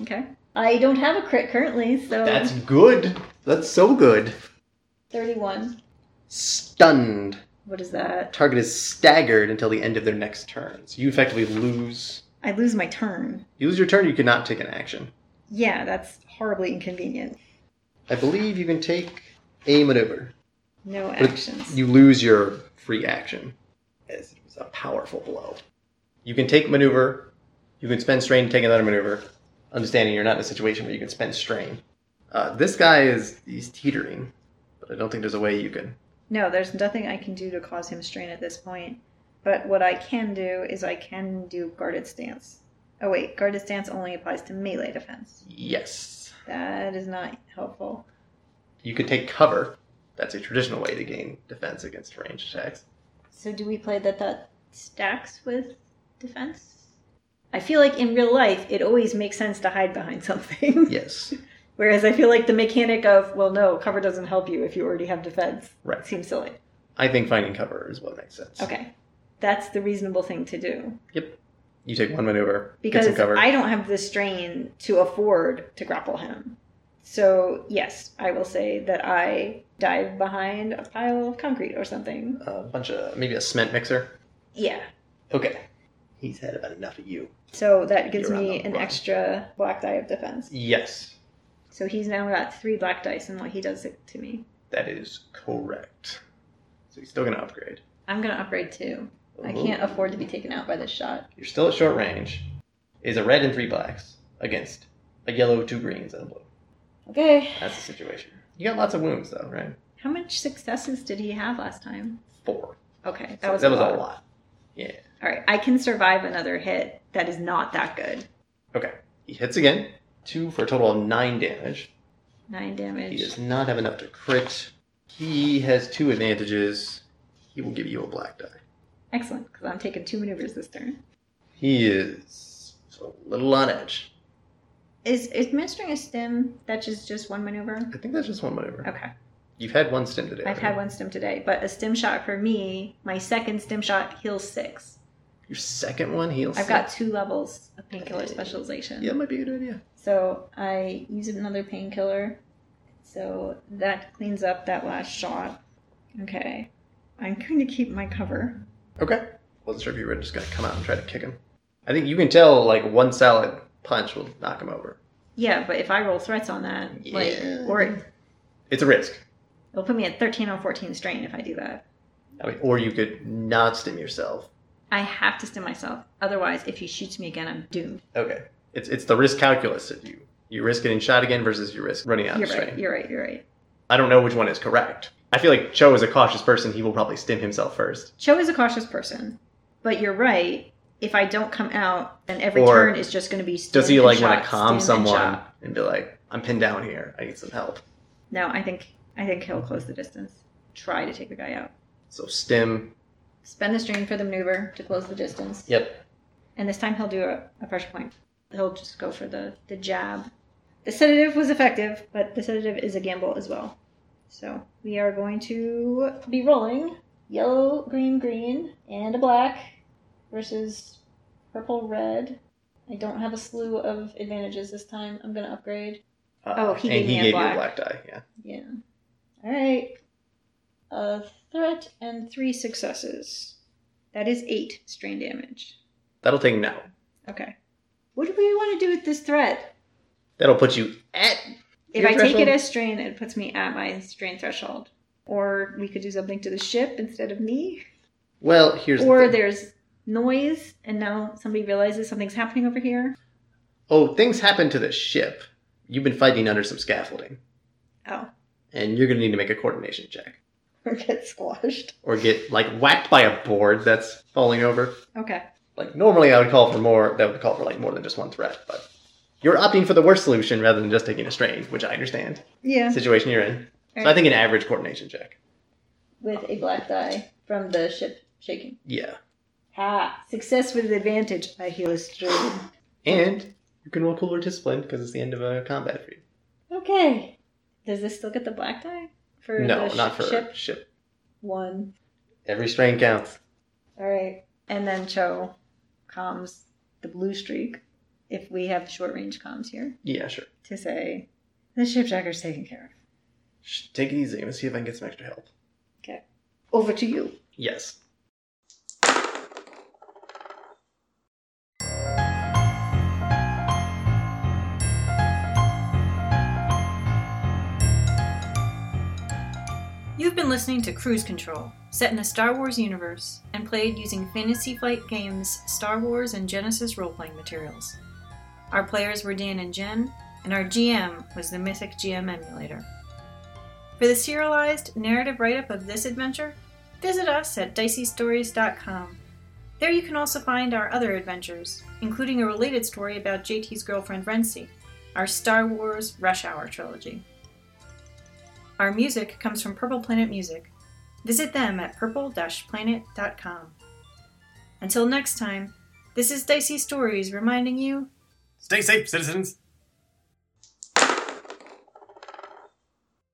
B: Okay, I don't have a crit currently, so
C: That's good. That's so good.
B: thirty-one.
C: Stunned.
B: What is that?
C: Target is staggered until the end of their next turn. So you effectively lose
B: I lose my turn.
C: You lose your turn, you cannot take an action.
B: Yeah, that's horribly inconvenient.
C: I believe you can take a maneuver.
B: No
C: But
B: actions.
C: You lose your free action. As it was a powerful blow. You can take maneuver. You can spend strain to take another maneuver. Understanding you're not in a situation where you can spend strain. Uh, this guy is he's teetering, but I don't think there's a way you can.
B: No, there's nothing I can do to cause him strain at this point. But what I can do is I can do guarded stance. Oh wait, guarded stance only applies to melee defense.
C: Yes,
B: That is not helpful.
C: you could take cover. That's a traditional way to gain defense against ranged attacks.
B: So do we play that that stacks with defense? I feel like in real life it always makes sense to hide behind something.
C: Yes,
B: Whereas I feel like the mechanic of, well no, cover doesn't help you if you already have defense.
C: Right.
B: Seems silly.
C: I think finding cover is what makes sense.
B: Okay. That's the reasonable thing to do.
C: Yep. You take one maneuver. get some
B: because
C: cover.
B: I don't have the strain to afford to grapple him. So yes, I will say that I dive behind a pile of concrete or something.
C: a bunch of maybe a cement mixer.
B: Yeah.
C: Okay. He's had about enough of you.
B: So that gives
C: You're on
B: me
C: the
B: an
C: run.
B: extra black die of defense.
C: Yes,
B: So he's now got three black dice and what he does it to me.
C: that is correct. So he's still gonna upgrade.
B: I'm gonna upgrade two. I can't
C: Ooh.
B: afford to be taken out by this shot.
C: You're still at short range. Is a red and three blacks against a yellow, two greens, and a blue.
B: Okay.
C: That's the situation. You got lots of wounds though, right?
B: How much successes did he have last time?
C: Four.
B: Okay, that
C: So
B: was
C: that was
B: lot.
C: a lot. Yeah.
B: All right, I can survive another hit that is not that good.
C: Okay. He hits again. Two for a total of nine damage.
B: Nine damage.
C: He does not have enough to crit. He has two advantages. He will give you a black die.
B: Excellent, because I'm taking two maneuvers this turn.
C: He is a little on edge.
B: Is is administering a stim that is just one maneuver?
C: I think that's just one maneuver.
B: Okay,
C: You've had one stim today.
B: I've
C: haven't
B: had
C: you?
B: one stim today, but a stim shot for me, my second stim shot heals six.
C: Your second one heals.
B: I've got two levels of painkiller
C: Okay.
B: specialization,
C: Yeah, might be a good idea.
B: so I use another painkiller. So that cleans up that last shot. Okay, I'm going to keep my cover.
C: Okay. Wasn't sure if you were just gonna come out and try to kick him. I think you can tell like one solid punch will knock him over.
B: Yeah, but if I roll threats on that, like,
C: Yeah.
B: or it,
C: It's a risk.
B: it'll put me at 13 or 14 strain if I do that.
C: I mean, or you could not stim yourself.
B: I have to stim myself. Otherwise, if he shoots me again, I'm doomed.
C: Okay. It's it's the risk calculus of you. You risk getting shot again versus you risk running out
B: you're
C: of strain.
B: right. You're right. You're right.
C: I don't know which one is correct. I feel like Cho is a cautious person. He will probably stim himself first.
B: Cho is a cautious person, but you're right. If I don't come out, then every
C: Or
B: turn is just going to be. Stim
C: Does he
B: and
C: like want
B: shot,
C: to calm
B: stim and
C: someone and,
B: shot.
C: be like, "I'm pinned down here. I need some help."
B: No, I think I think he'll close the distance. Try to take the guy out.
C: So stim.
B: Spend the strain for the maneuver to close the distance,
C: Yep.
B: and this time he'll do a, a pressure point. He'll just go for the the jab. The sedative was effective, but the sedative is a gamble as well. So we are going to be rolling yellow, green, green, and a black versus purple, red. I don't have a slew of advantages this time. I'm going to upgrade.
C: Uh,
B: Oh, he
C: and
B: gave
C: he
B: me a
C: gave you a
B: black.
C: black die. Yeah.
B: Yeah. All right. A threat and three successes. That is eight strain damage.
C: That'll take no.
B: Okay. What do we want to do with this threat?
C: That'll put you at.
B: If
C: your
B: I take
C: threshold.
B: it as strain, it puts me at my strain threshold. Or we could do something to the ship instead of me.
C: Well, here's the
B: or
C: thing.
B: there's noise and now somebody realizes something's happening over here.
C: Oh, things happen to the ship. You've been fighting under some scaffolding,
B: Oh,
C: and you're gonna need to make a coordination check.
B: or get squashed.
C: Or get like whacked by a board that's falling over.
B: Okay.
C: Like normally I would call for more that would call for like more than just one threat, but you're opting for the worst solution rather than just taking a strain, which I understand.
B: Yeah.
C: Situation you're in. So I
B: Alright.
C: think an average coordination check.
B: With a black die from the ship shaking.
C: Yeah.
B: Ah, success with advantage. I heal a stream.
C: And you can roll cooler discipline because it's the end of a combat for you.
B: Okay. Does this still get the black die for
C: no,
B: the sh-
C: not for
B: ship?
C: ship.
B: One.
C: Every strain counts.
B: All right. And then Cho comms the blue streak if we have short range comms here
C: Yeah, sure.
B: to say the ship tracker's taken care
C: Sh- Take it easy. I'm gonna see if I can get some extra help.
B: of. Over to you.
C: Yes.
A: You've been listening to Cruise Control, set in the Star Wars universe and played using Fantasy Flight Games' Star Wars and Genesis role playing materials. Our players were Dan and Jen, and our GM was the Mythic GM emulator. For the serialized narrative write up of this adventure, visit us at diceystories.com. There you can also find our other adventures, including a related story about JT's girlfriend Rency, our Star Wars Rush Hour trilogy. Our music comes from Purple Planet Music. Visit them at purple planet.com. Until next time, this is Dicey Stories reminding you
D: Stay safe, citizens.